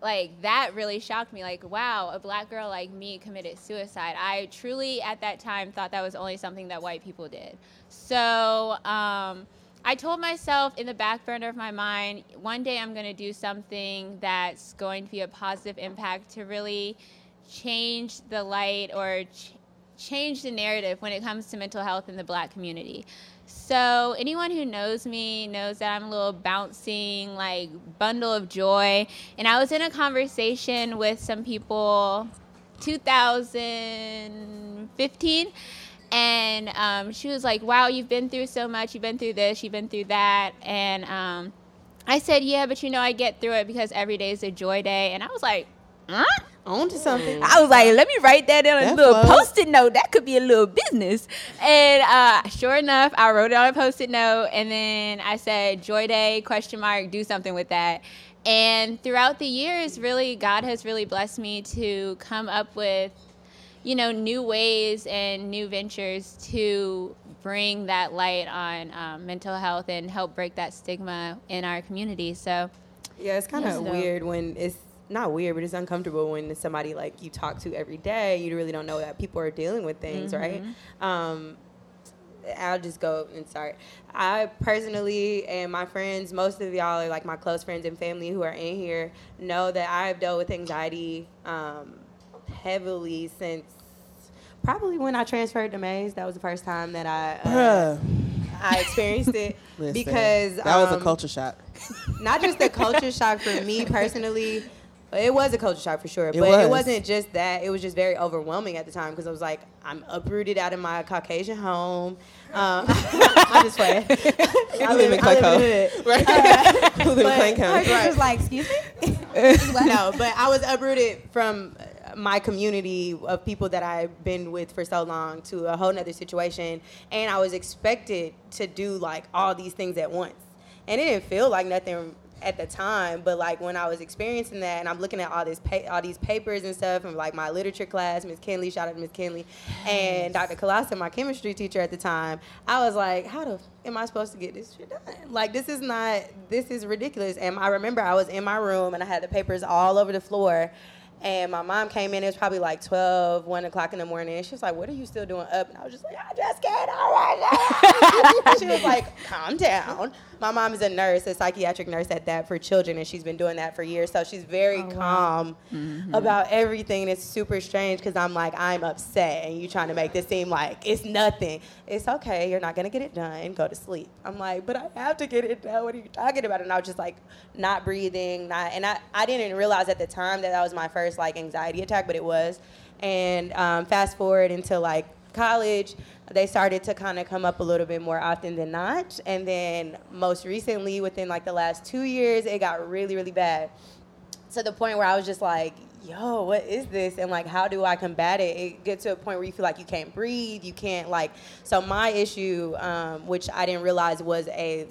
S5: Like that really shocked me. Like, wow, a black girl like me committed suicide. I truly at that time thought that was only something that white people did. So um, I told myself in the back burner of my mind, one day I'm going to do something that's going to be a positive impact to really change the light or ch- change the narrative when it comes to mental health in the black community. So, anyone who knows me knows that I'm a little bouncing, like, bundle of joy. And I was in a conversation with some people 2015 and um, she was like wow you've been through so much you've been through this you've been through that and um, i said yeah but you know i get through it because every day is a joy day and i was like huh?
S1: On to something.
S5: I was like, let me write that on a
S2: That's
S5: little
S2: love.
S5: post-it note. That could be a little business. And uh, sure enough, I wrote it on a post-it note, and then I said, "Joy Day?" Question mark. Do something with that. And throughout the years, really, God has really blessed me to come up with, you know, new ways and new ventures to bring that light on um, mental health and help break that stigma in our community. So.
S1: Yeah, it's kind
S5: Yes,
S1: of
S5: though.
S1: weird when it's not weird, but it's uncomfortable when it's somebody like you talk to every day. You really don't know that people are dealing with things, right? Um, I'll just go and start. I personally and my friends, most of y'all are like my close friends and family who are in here, know that I've dealt with anxiety um, heavily since probably when I transferred to Mays. That was the first time that I uh,
S2: Bruh.
S1: I experienced it
S2: Listen,
S1: because
S2: that was a
S1: um,
S2: culture shock.
S1: not just a culture shock for me personally. It was a culture shock for sure, but
S2: was.
S1: it wasn't just that. It was just very overwhelming at the time because I was like, I'm uprooted out of my Caucasian home. Um, I'm just playing. I
S2: live in Clayco.
S1: it.
S2: Right? Who live in
S1: Uh, but-
S2: Plain County?
S3: Right. was like, excuse me?
S1: no, but I was uprooted from my community of people that I've been with for so long to a whole nother situation. And I was expected to do like all these things at once. And it didn't feel like nothing at the time, but like when I was experiencing that and I'm looking at all this pa- all these papers and stuff from like my literature class, Miss Kinley, shout out to Miss Kinley, and Dr. Colossus, my chemistry teacher at the time, I was like, how the f- am I supposed to get this shit done? Like this is not this is ridiculous. And I remember I was in my room and I had the papers all over the floor. And my mom came in, it was probably like 12, 1 o'clock in the morning. And she was like, What are you still doing up? And I was just like, I just can't. all right." she was like, Calm down. My mom is a nurse, a psychiatric nurse at that for children, and she's been doing that for years. So she's very calm about everything. And it's super strange because I'm like, I'm upset, and you trying to make this seem like it's nothing. It's okay. You're not going to get it done. Go to sleep. I'm like, But I have to get it done. What are you talking about? And I was just like, not breathing, not. And I, I didn't realize at the time that that was my first like anxiety attack, but it was. And um, fast forward into like college, they started to kind of come up a little bit more often than not. And then most recently, within like the last two years, it got really, really bad to the point where I was just like, yo, what is this? And like, how do I combat it? It gets to a point where you feel like you can't breathe, you can't like. So my issue, um, which I didn't realize was a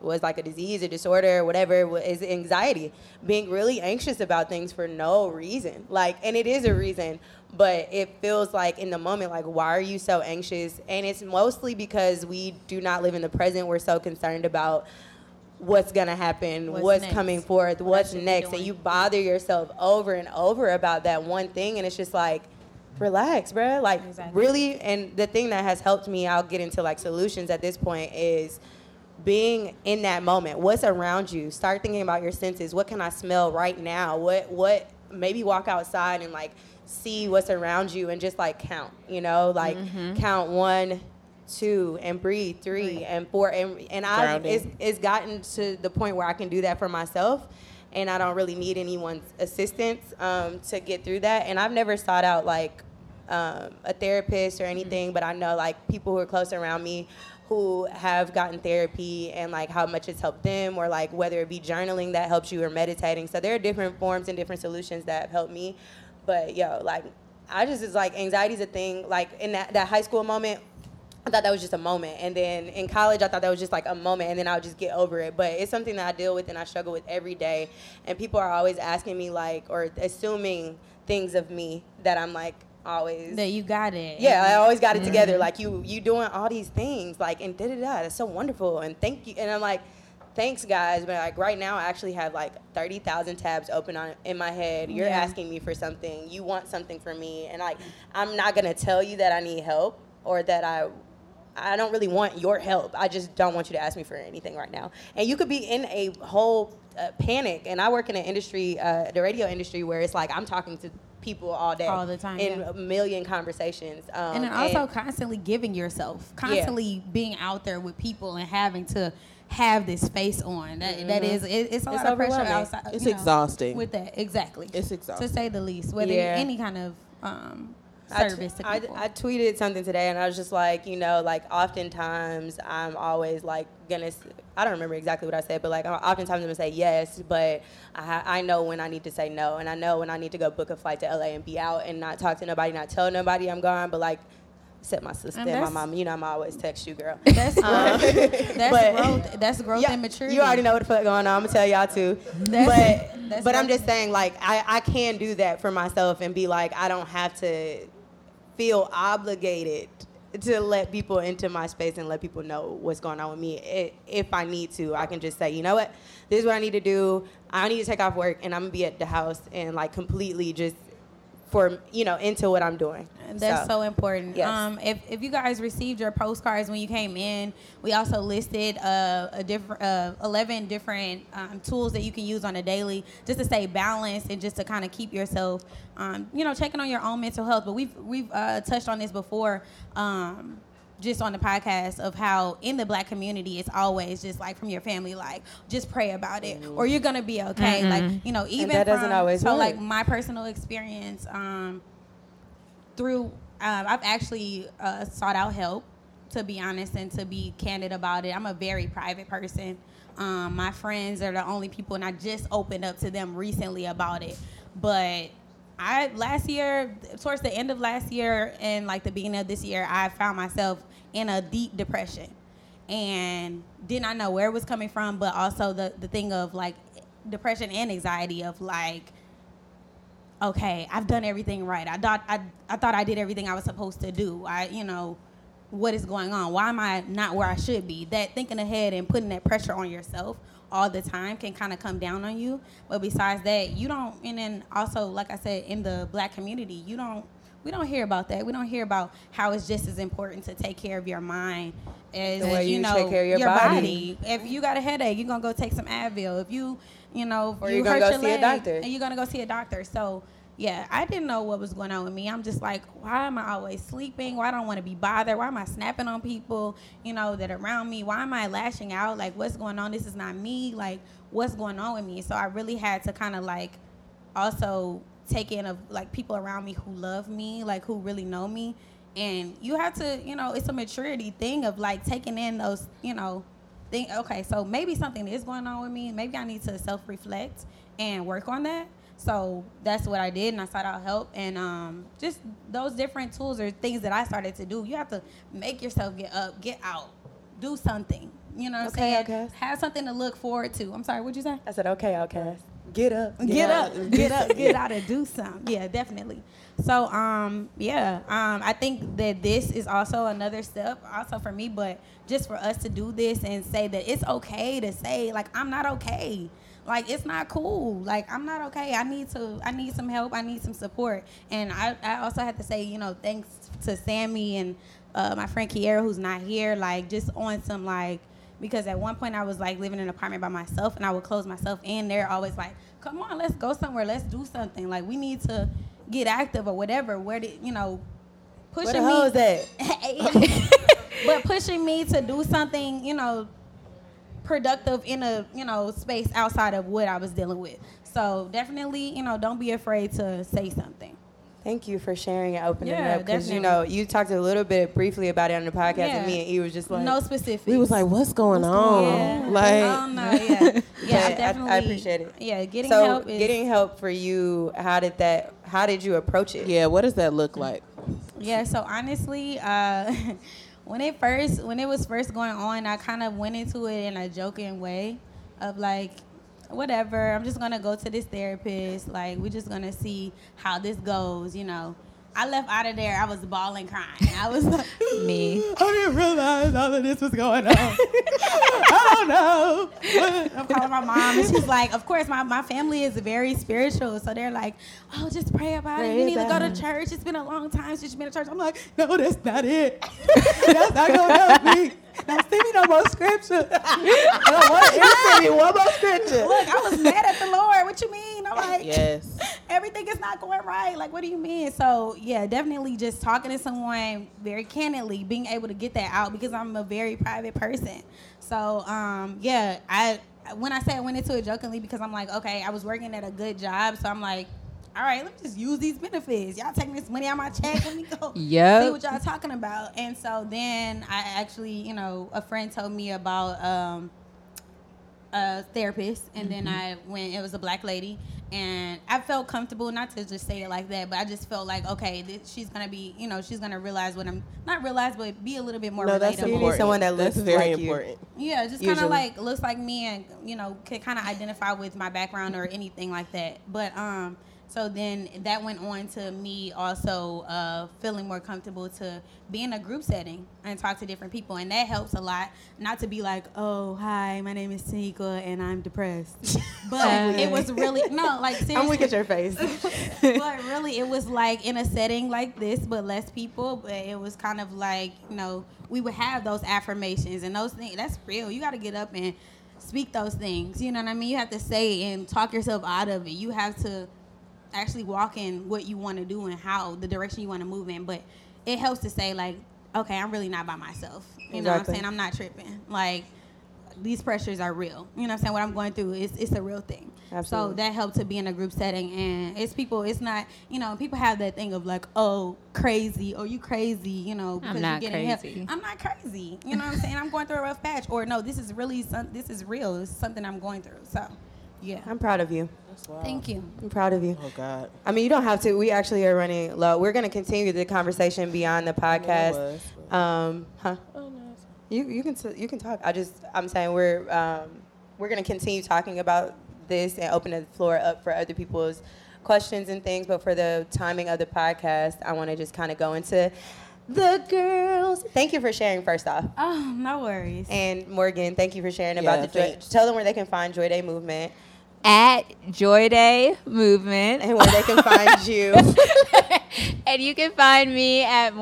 S1: was like a disease, a disorder, whatever, wa- is anxiety. Being really anxious about things for no reason. Like, and it is a reason, but it feels like in the moment, like, why are you so anxious? And it's mostly because we do not live in the present. We're so concerned about what's gonna happen,
S3: What's
S1: what's,
S3: next?
S1: coming forth, what's
S3: should be
S1: next, and
S3: doing.
S1: you bother yourself over and over about that one thing, and it's just like, relax, bruh. Like
S3: Exactly.
S1: really. And the thing that has helped me, I'll get into like solutions at this point is being in that moment. What's around you? Start thinking about your senses. What can I smell right now? What what maybe walk outside and like see what's around you and just like count. You know, like
S3: Mm-hmm.
S1: count one. Two and breathe three and four and and I
S2: Grounding.
S1: it's it's gotten to the point where I can do that for myself, and I don't really need anyone's assistance um, to get through that. And I've never sought out like um, a therapist or anything, but I know like people who are close around me who have gotten therapy and like how much it's helped them, or like whether it be journaling that helps you or meditating. So there are different forms and different solutions that have helped me. But yo, like I just is like anxiety's a thing. Like in that, that high school moment, I thought that was just a moment. And then in college, I thought that was just like a moment, and then I would just get over it. But it's something that I deal with and I struggle with every day. And people are always asking me, like, or assuming things of me that I'm like always.
S3: That you got it.
S1: yeah, I always got it together.
S3: Mm-hmm.
S1: Like you, you doing all these things, like and da da da. That's so wonderful, and thank you. And I'm like, thanks guys, but like right now I actually have like thirty thousand tabs open on in my head. You're
S3: Yeah.
S1: asking me for something. You want something from me, and like I'm not gonna tell you that I need help or that I I don't really want your help. I just don't want you to ask me for anything right now. And you could be in a whole uh, panic. And I work in an industry, uh, the radio industry, where it's like I'm talking to people all day,
S3: All the time,
S1: in
S3: yeah.
S1: a million conversations. Um,
S3: and then also constantly giving yourself, constantly being out there with people and having to have this face on. That, that is, it, it's a
S1: Mm-hmm. It's
S3: lot of pressure
S1: overwhelming.
S3: outside.
S2: It's
S3: you know,
S2: exhausting.
S3: with that, exactly.
S2: It's
S3: To
S2: exhausting.
S3: say the least, whether
S1: Yeah.
S3: any kind of um,
S1: I t-
S3: service
S1: I,
S3: to people.
S1: I tweeted something today, and I was just like, you know, like oftentimes I'm always like gonna. s- I don't remember exactly what I said, but like I- oftentimes I'm gonna say yes, but I, ha- I know when I need to say no, and I know when I need to go book a flight to LA and be out and not talk to nobody, not tell nobody I'm gone, but like. Set my sister, my
S3: that's-
S1: mom. You know, I'm always text you, girl.
S3: that's growth. that's
S1: Uh, but-
S3: growth. That's growth
S1: Yeah,
S3: and maturity.
S1: You already know what the fuck going on. I'm gonna tell y'all too.
S3: That's-
S1: but
S3: that's
S1: but I'm
S3: right.
S1: just saying, like, I, I can do that for myself and be like, I don't have to feel obligated to let people into my space and let people know what's going on with me. I if I need to, I can just say, you know what, this is what I need to do. I need to take off work and I'm gonna be at the house and like completely just for you know into what I'm doing.
S3: That's so, important.
S1: yes.
S3: Um, if, if you guys received your postcards when you came in, we also listed uh, a different uh, eleven different um, tools that you can use on a daily just to stay balanced and just to kind of keep yourself, um, you know, checking on your own mental health. But we've we've uh, touched on this before. Um, just on the podcast of how in the black community it's always just like from your family like just pray about it or you're gonna be okay like you know even
S1: Mm-hmm. that doesn't
S3: from-
S1: always
S3: so
S1: work.
S3: like my personal experience um through um, i've actually uh, sought out help to be honest and to be candid about it i'm a very private person um, my friends are the only people and i just opened up to them recently about it but i last year towards the end of last year and like the beginning of this year i found myself in a deep depression and did not know where it was coming from but also the, the thing of like depression and anxiety of like okay, I've done everything right. I thought I, I thought I did everything I was supposed to do. I, you know, what is going on? Why am I not where I should be? That thinking ahead and putting that pressure on yourself all the time can kind of come down on you. But besides that, you don't. And then also, like I said, in the black community, you don't. We don't hear about that. We don't hear about how it's just as important to take care of your mind as
S1: The way
S3: you,
S1: you
S3: know
S1: take care of your body.
S3: If you got a headache, you're gonna go take some Advil. If you, you know, if
S1: Or
S3: you
S1: you're gonna
S3: hurt
S1: go
S3: your
S1: see a
S3: leg,
S1: doctor.
S3: and you're gonna go see a doctor. So yeah, I didn't know what was going on with me. I'm just like, why am I always sleeping? Why don't I want to be bothered? Why am I snapping on people, you know, that are around me? Why am I lashing out? Like, what's going on? This is not me. Like, what's going on with me? So I really had to kind of like also take in of like people around me who love me, like who really know me. And you have to, you know, it's a maturity thing of like taking in those, you know, think okay so maybe something is going on with me maybe i need to self-reflect and work on that so that's what i did and i sought out help and um, just those different tools are things that i started to do you have to make yourself get up get out do something you know what
S1: Okay,
S3: i'm saying
S1: okay.
S3: have something to look forward to i'm sorry what'd you say
S1: I said, okay, okay, get up,
S3: get up, get up, get out and do something. Yeah, definitely. So, um, yeah, um, I think that this is also another step, also for me, but just for us to do this and say that it's okay to say like I'm not okay, like it's not cool, like I'm not okay. I need to, I need some help, I need some support, and I, I also have to say, you know, thanks to Sammy and uh, my friend Kiera who's not here, like just on some like because at one point I was like living in an apartment by myself and I would close myself in. They're always like, "Come on, let's go somewhere. Let's do something. Like we need to get active or whatever." Where did you know?
S1: Where
S3: Pushing
S1: the hell
S3: me,
S1: is that?
S3: but pushing me to do something, you know, productive in a you know space outside of what I was dealing with. So definitely, you know, don't be afraid to say something.
S1: Thank you for sharing and opening it
S3: Yeah,
S1: up because you know
S3: definitely.
S1: you talked a little bit briefly about it on the podcast,
S3: Yeah.
S1: and me and E was just like,
S3: no specifics.
S2: We was like, what's going on? um,
S3: yeah.
S2: Like,
S3: I don't know, yeah, yeah,
S1: But I- I
S3: definitely.
S1: appreciate it.
S3: Yeah, getting
S1: so
S3: help is
S1: getting help for you. How did that? How did you approach it?
S2: yeah, what does that look like?
S3: Yeah, so honestly, uh, when it first when it was first going on, I kind of went into it in a joking way of like whatever, I'm just going to go to this therapist, like we're just going to see how this goes, you know. I left out of there. I was bawling, crying. I was like,
S5: Me.
S2: I didn't realize all of this was going on. I don't know.
S3: I'm calling my mom, and she's like, "Of course, my, my family is very spiritual, so they're like, oh, just pray about it. You
S1: Pray
S3: need to go
S1: about
S3: to church. It's been a long time since you've been to church." I'm like,
S2: No, that's not it. that's not gonna help me. Now send me no more scripture. no, what? You send me one more scripture.
S3: "Look, I was mad at the Lord. What you mean?" I'm like,
S2: Yes.
S3: everything is not going right. Like, what do you mean? So, yeah, definitely just talking to someone very candidly, being able to get that out because I'm a very private person. So, um, yeah, I when I say I went into it jokingly because I'm like, okay, I was working at a good job, so I'm like, all right, let me just use these benefits. Y'all taking this money out my check. Let me go.
S4: Yep.
S3: See what y'all talking about. And so then I actually, you know, a friend told me about um, a therapist, and
S2: Mm-hmm.
S3: then I went. It was a black lady, and I felt comfortable not to just say it like that, but I just felt like okay, this, she's gonna be, you know, she's gonna realize what I'm not realize, but be a little bit more
S2: No,
S3: relatable.
S2: that's
S1: need
S2: important.
S1: someone that
S2: that's
S1: looks
S2: very
S1: like you.
S2: important.
S3: Yeah, just kind
S1: Usually.
S3: of like looks like me and you know could kind of identify with my background or anything like that. But um, so then that went on to me also uh, feeling more comfortable to be in a group setting and talk to different people, and that helps a lot. Not to be like, oh hi, my name is Tanika and I'm depressed, but it was really no like seriously
S1: I'm weak at your face.
S3: but really, it was like in a setting like this, but less people. But it was kind of like you know we would have those affirmations and those things. That's real. You got to get up and speak those things. You know what I mean? You have to say and talk yourself out of it. You have to actually walk in what you want to do and how the direction you want to move in. But it helps to say like, okay, I'm really not by myself. You know what I'm
S1: Exactly.
S3: saying? I'm not tripping. Like these pressures are real. You know what I'm saying? What I'm going through is it's a real thing.
S1: Absolutely.
S3: So that helped to be in a group setting and it's people it's not you know, people have that thing of like, oh, crazy, oh you crazy, you know, because you're
S4: not
S3: getting help.
S4: crazy.
S3: I'm not crazy. You know what I'm saying? I'm going through a rough patch. Or no, this is really some, this is real. This is something I'm going through. So yeah.
S1: I'm proud of you.
S3: Thank you.
S1: I'm proud of you.
S2: Oh God.
S1: I mean, you don't have to. We actually are running low. We're going to continue the conversation beyond the podcast.
S2: was,
S1: Um, huh?
S2: Oh,
S1: You you can t- you can talk. I just I'm saying we're um, we're going to continue talking about this and open the floor up for other people's questions and things. But for the timing of the podcast, I want to just kind of go into the girls. Thank you for sharing first off.
S3: Oh, no worries.
S1: And Morgan, thank you for sharing about
S2: Yeah,
S1: the joy.
S2: thanks.
S1: Tell them where they can find Joy Day Movement
S5: At Joy Day Movement.
S1: and where they can find you.
S5: and you can find me at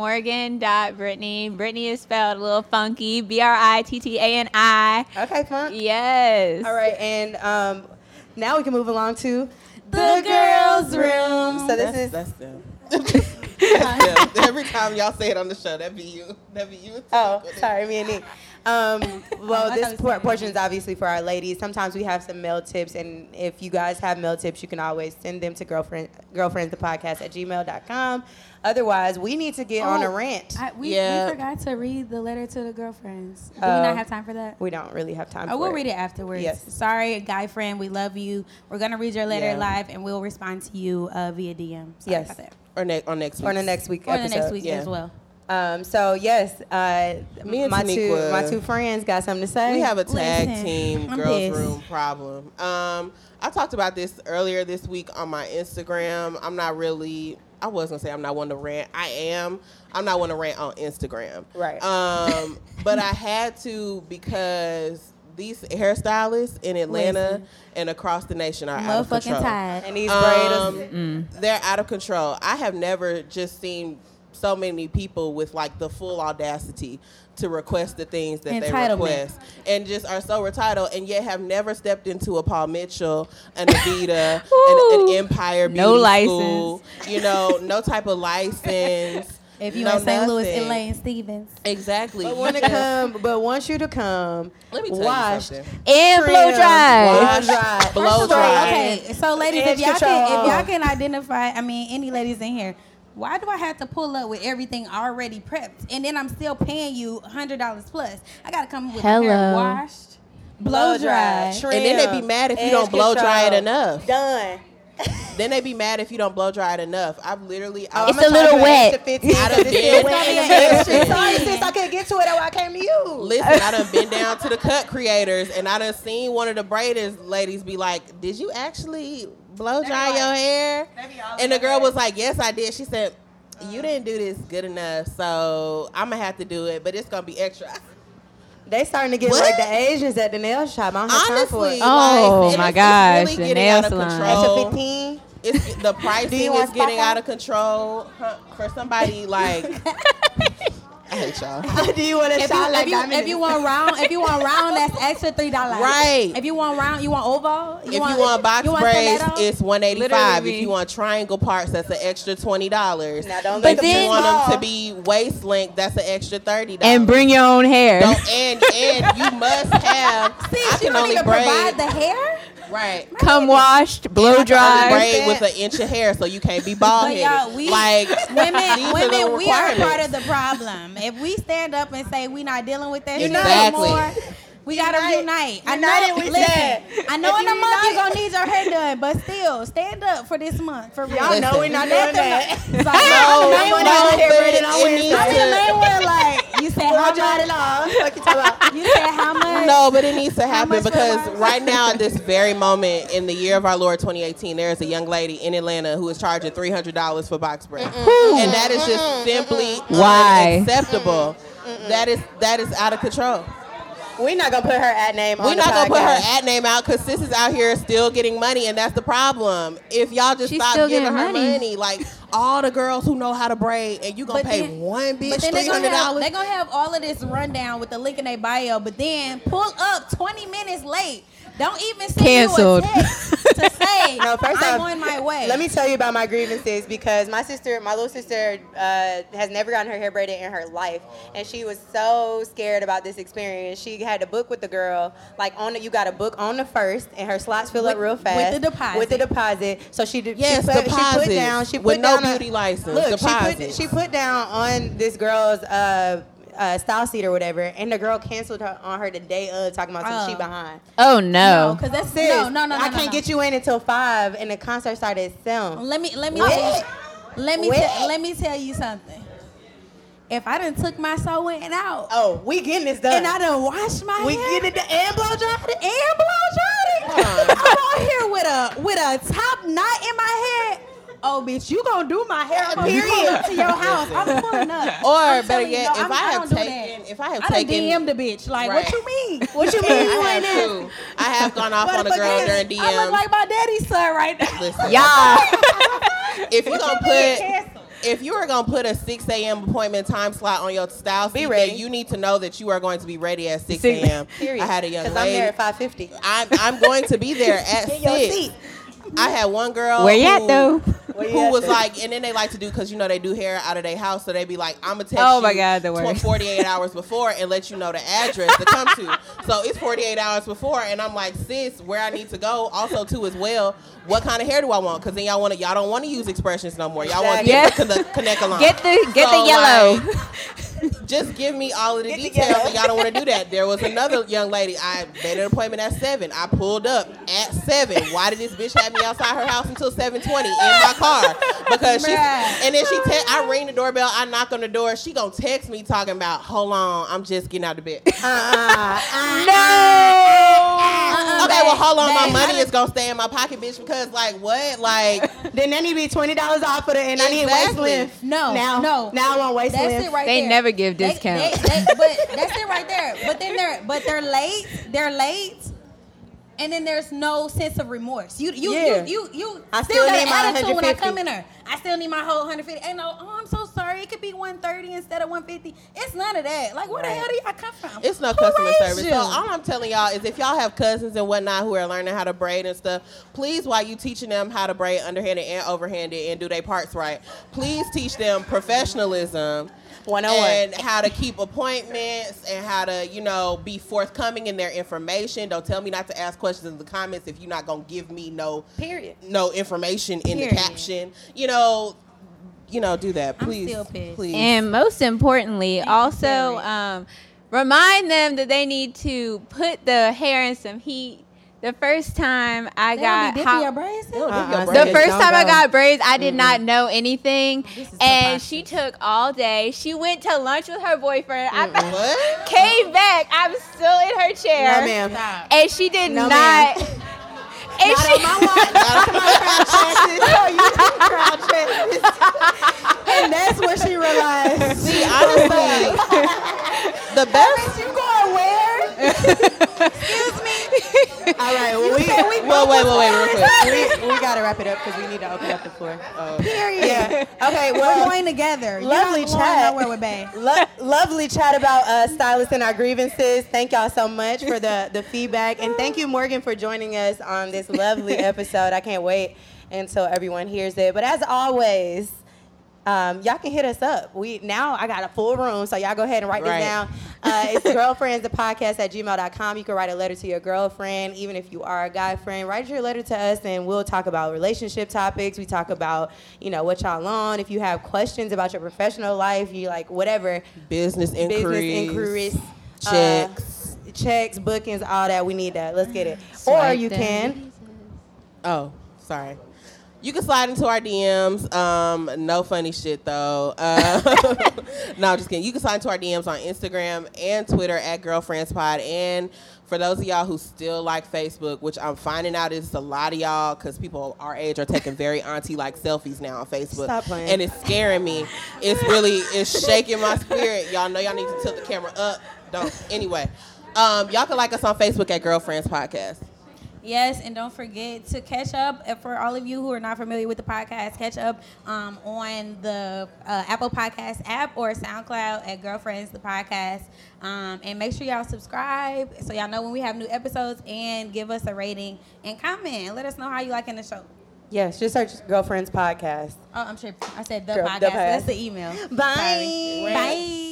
S5: morgan.brittany. Brittany is spelled a little funky, B R I T T A N I.
S1: Okay, fun.
S5: Yes.
S1: All right, and um, now we can move along to
S3: The girls'
S1: room. So this
S2: that's,
S1: is
S2: that's them. that's them. Every time y'all say it on the show, that be you. That be you.
S1: oh, sorry, me and Nick. Um, well,
S3: I thought
S1: this
S3: you
S1: por-
S3: said-
S1: portion is obviously for our ladies. Sometimes we have some mail tips, and if you guys have mail tips, you can always send them to girlfriend girlfriends the podcast at gmail.com. Otherwise, we need to get on a
S3: Oh,
S1: rant.
S3: I, we,
S2: Yeah.
S3: we forgot to read the letter to the girlfriends. Do
S1: Oh.
S3: we not have time for that?
S1: we don't really have time.
S3: I
S1: for
S3: will
S1: it.
S3: read it afterwards.
S1: Yes.
S3: Sorry, guy friend, we love you. We're gonna read your letter
S2: Yeah.
S3: live, and we'll respond to you uh, via DM. Sorry
S1: Yes.
S3: about that.
S2: Or next or next week.
S1: Or the next week.
S3: Or the
S1: episode.
S3: next week
S2: Yeah.
S3: as well.
S1: Um, so yes, uh,
S2: Me and
S1: my two
S2: Taniqua-
S1: my two friends got something to say.
S2: We have a tag
S3: Listen,
S2: team
S3: I'm
S2: girls
S3: pissed.
S2: room problem. Um, I talked about this earlier this week on my Instagram. I'm not really. I was gonna say I'm not one to rant. I am. I'm not one to rant on Instagram.
S1: Right.
S2: Um, but I had to because these hairstylists in Atlanta and across the nation are out of
S3: Motherfucking
S2: control.
S3: tired.
S1: and these
S2: Um,
S1: braiders.
S3: mm.
S2: They're out of control. I have never just seen so many people with like the full audacity to request the things that they
S3: Entitlement.
S2: request and just are so retitled and yet have never stepped into a Paul Mitchell, an Adidas, an, an
S5: Ooh.
S2: Empire Beauty
S5: No
S2: School, you know, no type of license.
S3: If you
S2: no
S3: in St. Louis,
S2: nothing.
S3: Elaine Stevens.
S2: Exactly.
S1: But
S2: You
S1: want to
S2: just-
S1: come, but want you to come.
S2: Um, Let me tell you
S1: washed,
S2: something.
S5: And blow
S1: trimmed,
S5: dry.
S1: blow dried,
S2: Blow
S1: first of all,
S2: dried.
S3: Okay, so ladies, if
S1: Edge
S3: y'all
S1: control
S3: can, if y'all
S1: on.
S3: can identify, I mean, any ladies in here, why do I have to pull up with everything already prepped, and then I'm still paying you hundred dollars plus? I gotta come with my hair
S5: Hello.
S3: washed,
S1: Blow
S3: blow dry.
S1: dried,
S2: And then they be
S1: trimmed,
S2: mad if you
S1: edge
S2: don't blow dry it
S1: control.
S2: enough.
S1: Done.
S2: Then they be mad if you don't blow dry it enough. I've literally, I,
S1: I'm
S5: It's
S1: gonna charge
S5: a little
S1: you an
S5: wet.
S1: extra 15 'cause it's still
S2: It's
S1: wet
S2: gonna
S1: in
S2: be
S1: the
S2: an
S1: extra.
S2: extra.
S1: Sorry, sis, I couldn't get to it. That's why I came to you.
S2: Listen, I done been down to the cut creators, and I done seen one of the braiders ladies be like, "Did you actually blow dry your hair?" And the girl was like, "Yes, I did." She said,
S1: Uh-huh.
S2: "You didn't do this good enough, so I'm gonna have to do it, but it's gonna be extra."
S1: They starting to get
S2: What?
S1: like the Asians at the nail shop. I don't have time for
S2: Honestly,
S1: it.
S2: like,
S4: Oh,
S2: and
S4: my
S2: it's just
S4: gosh,
S2: really
S4: the
S2: getting
S4: nail
S2: out of
S4: salon.
S2: control.
S1: Extra 15.
S2: It's, the pricing
S1: you want
S2: is getting
S1: Spotify?
S2: out of control huh, for somebody like. I hate y'all.
S1: Do you want to
S3: If you,
S1: shout
S3: if,
S1: like
S3: you,
S1: I'm in
S3: if you want round, if you want round, that's extra three dollars.
S2: Right.
S3: If you want round, you want oval.
S2: if you want box
S3: you want
S2: braids,
S3: stiletto?
S2: it's one eighty five.
S5: Literally
S2: If
S5: me.
S2: you want triangle parts, that's an extra twenty dollars.
S1: Now, don't
S2: If
S1: make
S2: you
S1: them
S2: want
S1: small.
S2: them to be waist length, that's an extra thirty dollars.
S4: And bring your own hair.
S2: Don't- and and you must have.
S3: Sis,
S2: I
S3: you
S2: can
S3: don't
S2: only
S3: even
S2: braid.
S3: provide the hair.
S2: Right.
S5: Come washed, blow dried.
S2: Braid with an inch of hair, so you can't be bald
S3: But y'all,
S2: headed.
S3: we
S2: Like
S3: women,
S2: these
S3: women,
S2: the
S3: we are part
S2: requirements.
S3: of the problem. If we stand up and say we not dealing with that shit
S2: not. Exactly.
S3: anymore, we gotta
S1: Unite-
S3: unite. I
S1: united
S3: know.
S1: we stand.
S3: Listen, I know
S1: If
S3: in a
S1: you
S3: month you
S1: unite-
S3: gonna need your hair done, but still, stand up for this month for real.
S1: Y'all know we're not doing
S3: Let them
S1: that.
S3: know- It's like,
S2: No,
S1: main one that
S2: no,
S1: was hair
S2: but
S1: braided on
S2: it
S1: Wednesday.
S2: needs
S3: I'm
S2: to-
S3: the main one. Like you said, how
S1: Hold y'all
S3: much?
S1: along. Fuck you talking about.
S3: You said how much?
S2: No, but it needs to happen
S3: much for
S2: because
S3: what?
S2: right now, at this very moment in the year of our Lord 2018, there is a young lady in Atlanta who is charging $300 for box braids, and that is just simply
S5: Why?
S2: unacceptable. That is that is out of control.
S1: We're not gonna put her ad name
S2: We're
S1: on the
S2: not gonna put
S1: podcast.
S2: her ad name out because sis is out here still getting money, and that's the problem. If y'all just
S5: She's
S2: stop
S5: still
S2: giving her money.
S5: getting money.
S2: like all the girls who know how to braid, and you gonna
S3: But
S2: pay
S3: then-
S2: one bitch
S3: But then they're
S2: three
S3: gonna,
S2: hundred
S3: have,
S2: dollars.
S3: they gonna have all of this rundown with the link in their bio, but then pull up 20 minutes late. Don't even send
S5: Canceled.
S3: you a text to say
S1: No, first
S3: I'm
S1: off,
S3: on my way.
S1: Let me tell you about my grievances because my sister, my little sister, uh, has never gotten her hair braided in her life, and she was so scared about this experience. She had to book with the girl, like on the, you got to book on the first, and her slots fill up
S3: With-
S1: real
S3: with
S1: fast
S3: the deposit.
S1: With the deposit, so she did.
S2: Yes,
S1: she put, she
S2: deposits.
S1: put down. She put
S2: With no
S1: down a-
S2: beauty license,
S1: Look, she put
S2: deposits.
S1: she put down on this girl's. Uh, uh, style seat or whatever, and the girl canceled her on her the day of talking about some
S3: Oh.
S1: she behind.
S3: no,
S5: Oh no.
S3: because that's
S1: Sis,
S3: no, no, no.
S1: I can't get you in until five, and the concert started at seven.
S3: Let me let me
S1: What?
S3: tell you, let me
S1: What?
S3: te- let me tell you something. If I done took my soul in and out,
S1: Oh, we getting this done.
S3: and I done washed my
S1: we
S3: hair,
S1: getting it done and blow dried it.
S3: and blow dried it. I'm out here with a with a top knot in my head. Oh, bitch, you gonna do my hair? I'm
S1: Period.
S3: pulling up to your house. I'm pulling up.
S2: Or
S3: I'm
S2: better
S3: telling you,
S2: yet, if
S3: no, I'm-
S2: I have
S3: don't do
S2: taken,
S3: that.
S2: if I have
S3: I done
S2: taken,
S3: DM'd the bitch. Like,
S2: Right.
S3: what you mean?
S1: What you mean you
S2: I
S1: ain't in?
S2: have too. I have gone off on the girl
S3: Motherfucker,
S2: during
S3: I look
S2: DMs.
S3: like my daddy's son right now.
S2: Listen,
S5: Yeah.
S2: if you gonna
S3: mean
S2: put
S3: cancel?
S2: if you are gonna put a 6 a.m. appointment time slot on your style seat,
S1: ready.
S2: then you need to know that you are going to be ready at 6
S5: Six-
S2: a.m.
S1: Period.
S2: I had a young
S1: Cause
S2: lady.
S1: I'm there at five fifty.
S2: I'm, I'm going to be there at
S1: In your
S2: six.
S1: seat.
S2: I had one girl
S5: Where you
S2: who,
S5: at, though?
S1: Where you
S2: who
S1: at,
S2: was
S1: though?
S2: like, and then they like to do because you know they do hair out of their house, so they be like, I'm gonna text
S5: Oh,
S2: you
S5: my God, the
S2: tw-
S5: worst.
S2: 48 hours before and let you know the address to come to. So it's 48 hours before, and I'm like, sis, where I need to go. Also, too, as well, what kind of hair do I want? Because then y'all want to y'all don't want to use expressions no more. Y'all want to
S5: Exactly.
S2: get the conne- connect along.
S5: Get the get
S3: Oh,
S2: So,
S5: the yellow.
S2: like, just give me all of the
S1: Get the
S2: details.
S1: yellow.
S2: And y'all don't want to do that. There was another young lady. I made an appointment at seven. I pulled up at seven. Why did this bitch have me outside her house until seven twenty in my car? Because she
S3: Bruh.
S2: and then she te- I ring the doorbell. I knock on the door. She gonna text me talking about, hold on, I'm just getting out of bed. okay,
S3: Uh-uh, babe,
S2: well hold on, my
S3: babe.
S2: money is gonna stay in my pocket, bitch. Because like what, like.
S1: Then that need to be twenty dollars off for the and I need waist
S2: Exactly.
S1: lift.
S3: No,
S1: now,
S3: no.
S1: now I want waist
S3: That's
S1: lift.
S3: it right
S5: They
S3: there.
S5: never give
S3: They-
S5: discounts.
S3: they- they- but that's it right there. But then they're but they're late. They're late. And then there's no sense of remorse. You you
S1: Yeah.
S3: you you, you
S1: I
S3: still,
S1: still
S3: got
S1: need my
S3: an attitude when I
S1: 150.
S3: come in there. I still need my whole 150. Ain't no, oh, I'm so sorry. It could be 130 instead of 150. It's none of that. Like where the hell do y'all come from?
S2: It's no
S3: Who
S2: customer
S3: raised
S2: service.
S3: you?
S2: So all I'm telling y'all is if y'all have cousins and whatnot who are learning how to braid and stuff, please while you teaching them how to braid underhanded and overhanded and do their parts right, please teach them professionalism.
S1: One on one.
S2: And how to keep appointments and how to, you know, be forthcoming in their information. Don't tell me not to ask questions in the comments if you're not gonna give me no
S1: Period.
S2: no information in
S3: Period.
S2: the caption. You know, you know, do that.
S3: I'm
S2: Please.
S3: still pissed.
S2: Please.
S5: And most importantly, also
S3: Derek.
S5: um, remind them that they need to put the hair in some heat. The first time I
S3: They don't
S5: got
S3: be dipping
S5: hot,
S3: your braids in?
S2: Don't give your
S1: Uh-uh.
S2: braid.
S1: braids.
S5: the first
S1: Don't
S5: time I
S1: go.
S5: got braids, I did
S1: Mm-hmm.
S5: not know anything,
S3: This is
S5: and
S3: preposterous.
S5: she took all day. She went to lunch with her boyfriend. I
S2: What?
S5: came back. I'm still in her chair,
S1: Mm-hmm. No ma'am.
S3: Stop.
S5: and she did
S1: No, ma'am.
S5: not. And
S1: Not
S5: she,
S1: on my watch. Not on my crowd chances. No, you did crowd chances. and that's when she realized.
S2: See, honestly, the best.
S1: You going where? Excuse me. All right. Well, we,
S2: Well, wait, wait, wait, real quick.
S1: we, we got to wrap it up because we need to open up the floor.
S3: Period.
S1: Yeah. Okay.
S3: We're
S1: Well,
S3: going together.
S1: lovely
S3: You're not
S1: chat.
S3: Going nowhere with bae.
S1: Lo- lovely chat about uh, stylists and our grievances. Thank y'all so much for the, the feedback. And thank you, Morgan, for joining us on this lovely episode. I can't wait until everyone hears it. But as always, um, y'all can hit us up. We now I got a full room, so y'all go ahead and write
S2: Right.
S1: this down. Uh, it's girlfriends the podcast at gmail.com. You can write a letter to your girlfriend, even if you are a guy friend. Write your letter to us, and we'll talk about relationship topics. We talk about you know what y'all on. If you have questions about your professional life, you like whatever
S2: Business inquiries.
S1: business inquiries, uh,
S2: Checks.
S1: checks, bookings, all that. We need that. Let's get it. or
S3: Swipe
S1: you
S3: them.
S1: can
S2: Oh, sorry. You can slide into our DMs. Um, no funny shit though. Uh, no, I'm just kidding. You can slide into our DMs on Instagram and Twitter at Girlfriends Pod. And for those of y'all who still like Facebook, which I'm finding out is a lot of y'all because people our age are taking very auntie like selfies now on Facebook,
S1: Stop playing.
S2: and it's scaring me. It's really it's shaking my spirit. Y'all know y'all need to tilt the camera up. Don't anyway. Um, y'all can like us on Facebook at Girlfriends Podcast.
S3: Yes, and don't forget to catch up. And for all of you who are not familiar with the podcast, catch up um, on the uh, Apple Podcast app or SoundCloud at Girlfriends the Podcast. Um, and make sure y'all subscribe so y'all know when we have new episodes and give us a rating and comment. Let us know how you liking the show.
S1: yes, just search girlfriends podcast.
S3: Oh, I'm sure I said the
S1: Girl, the
S3: podcast.
S1: past.
S3: That's the email.
S1: Bye.
S3: Sorry. Bye.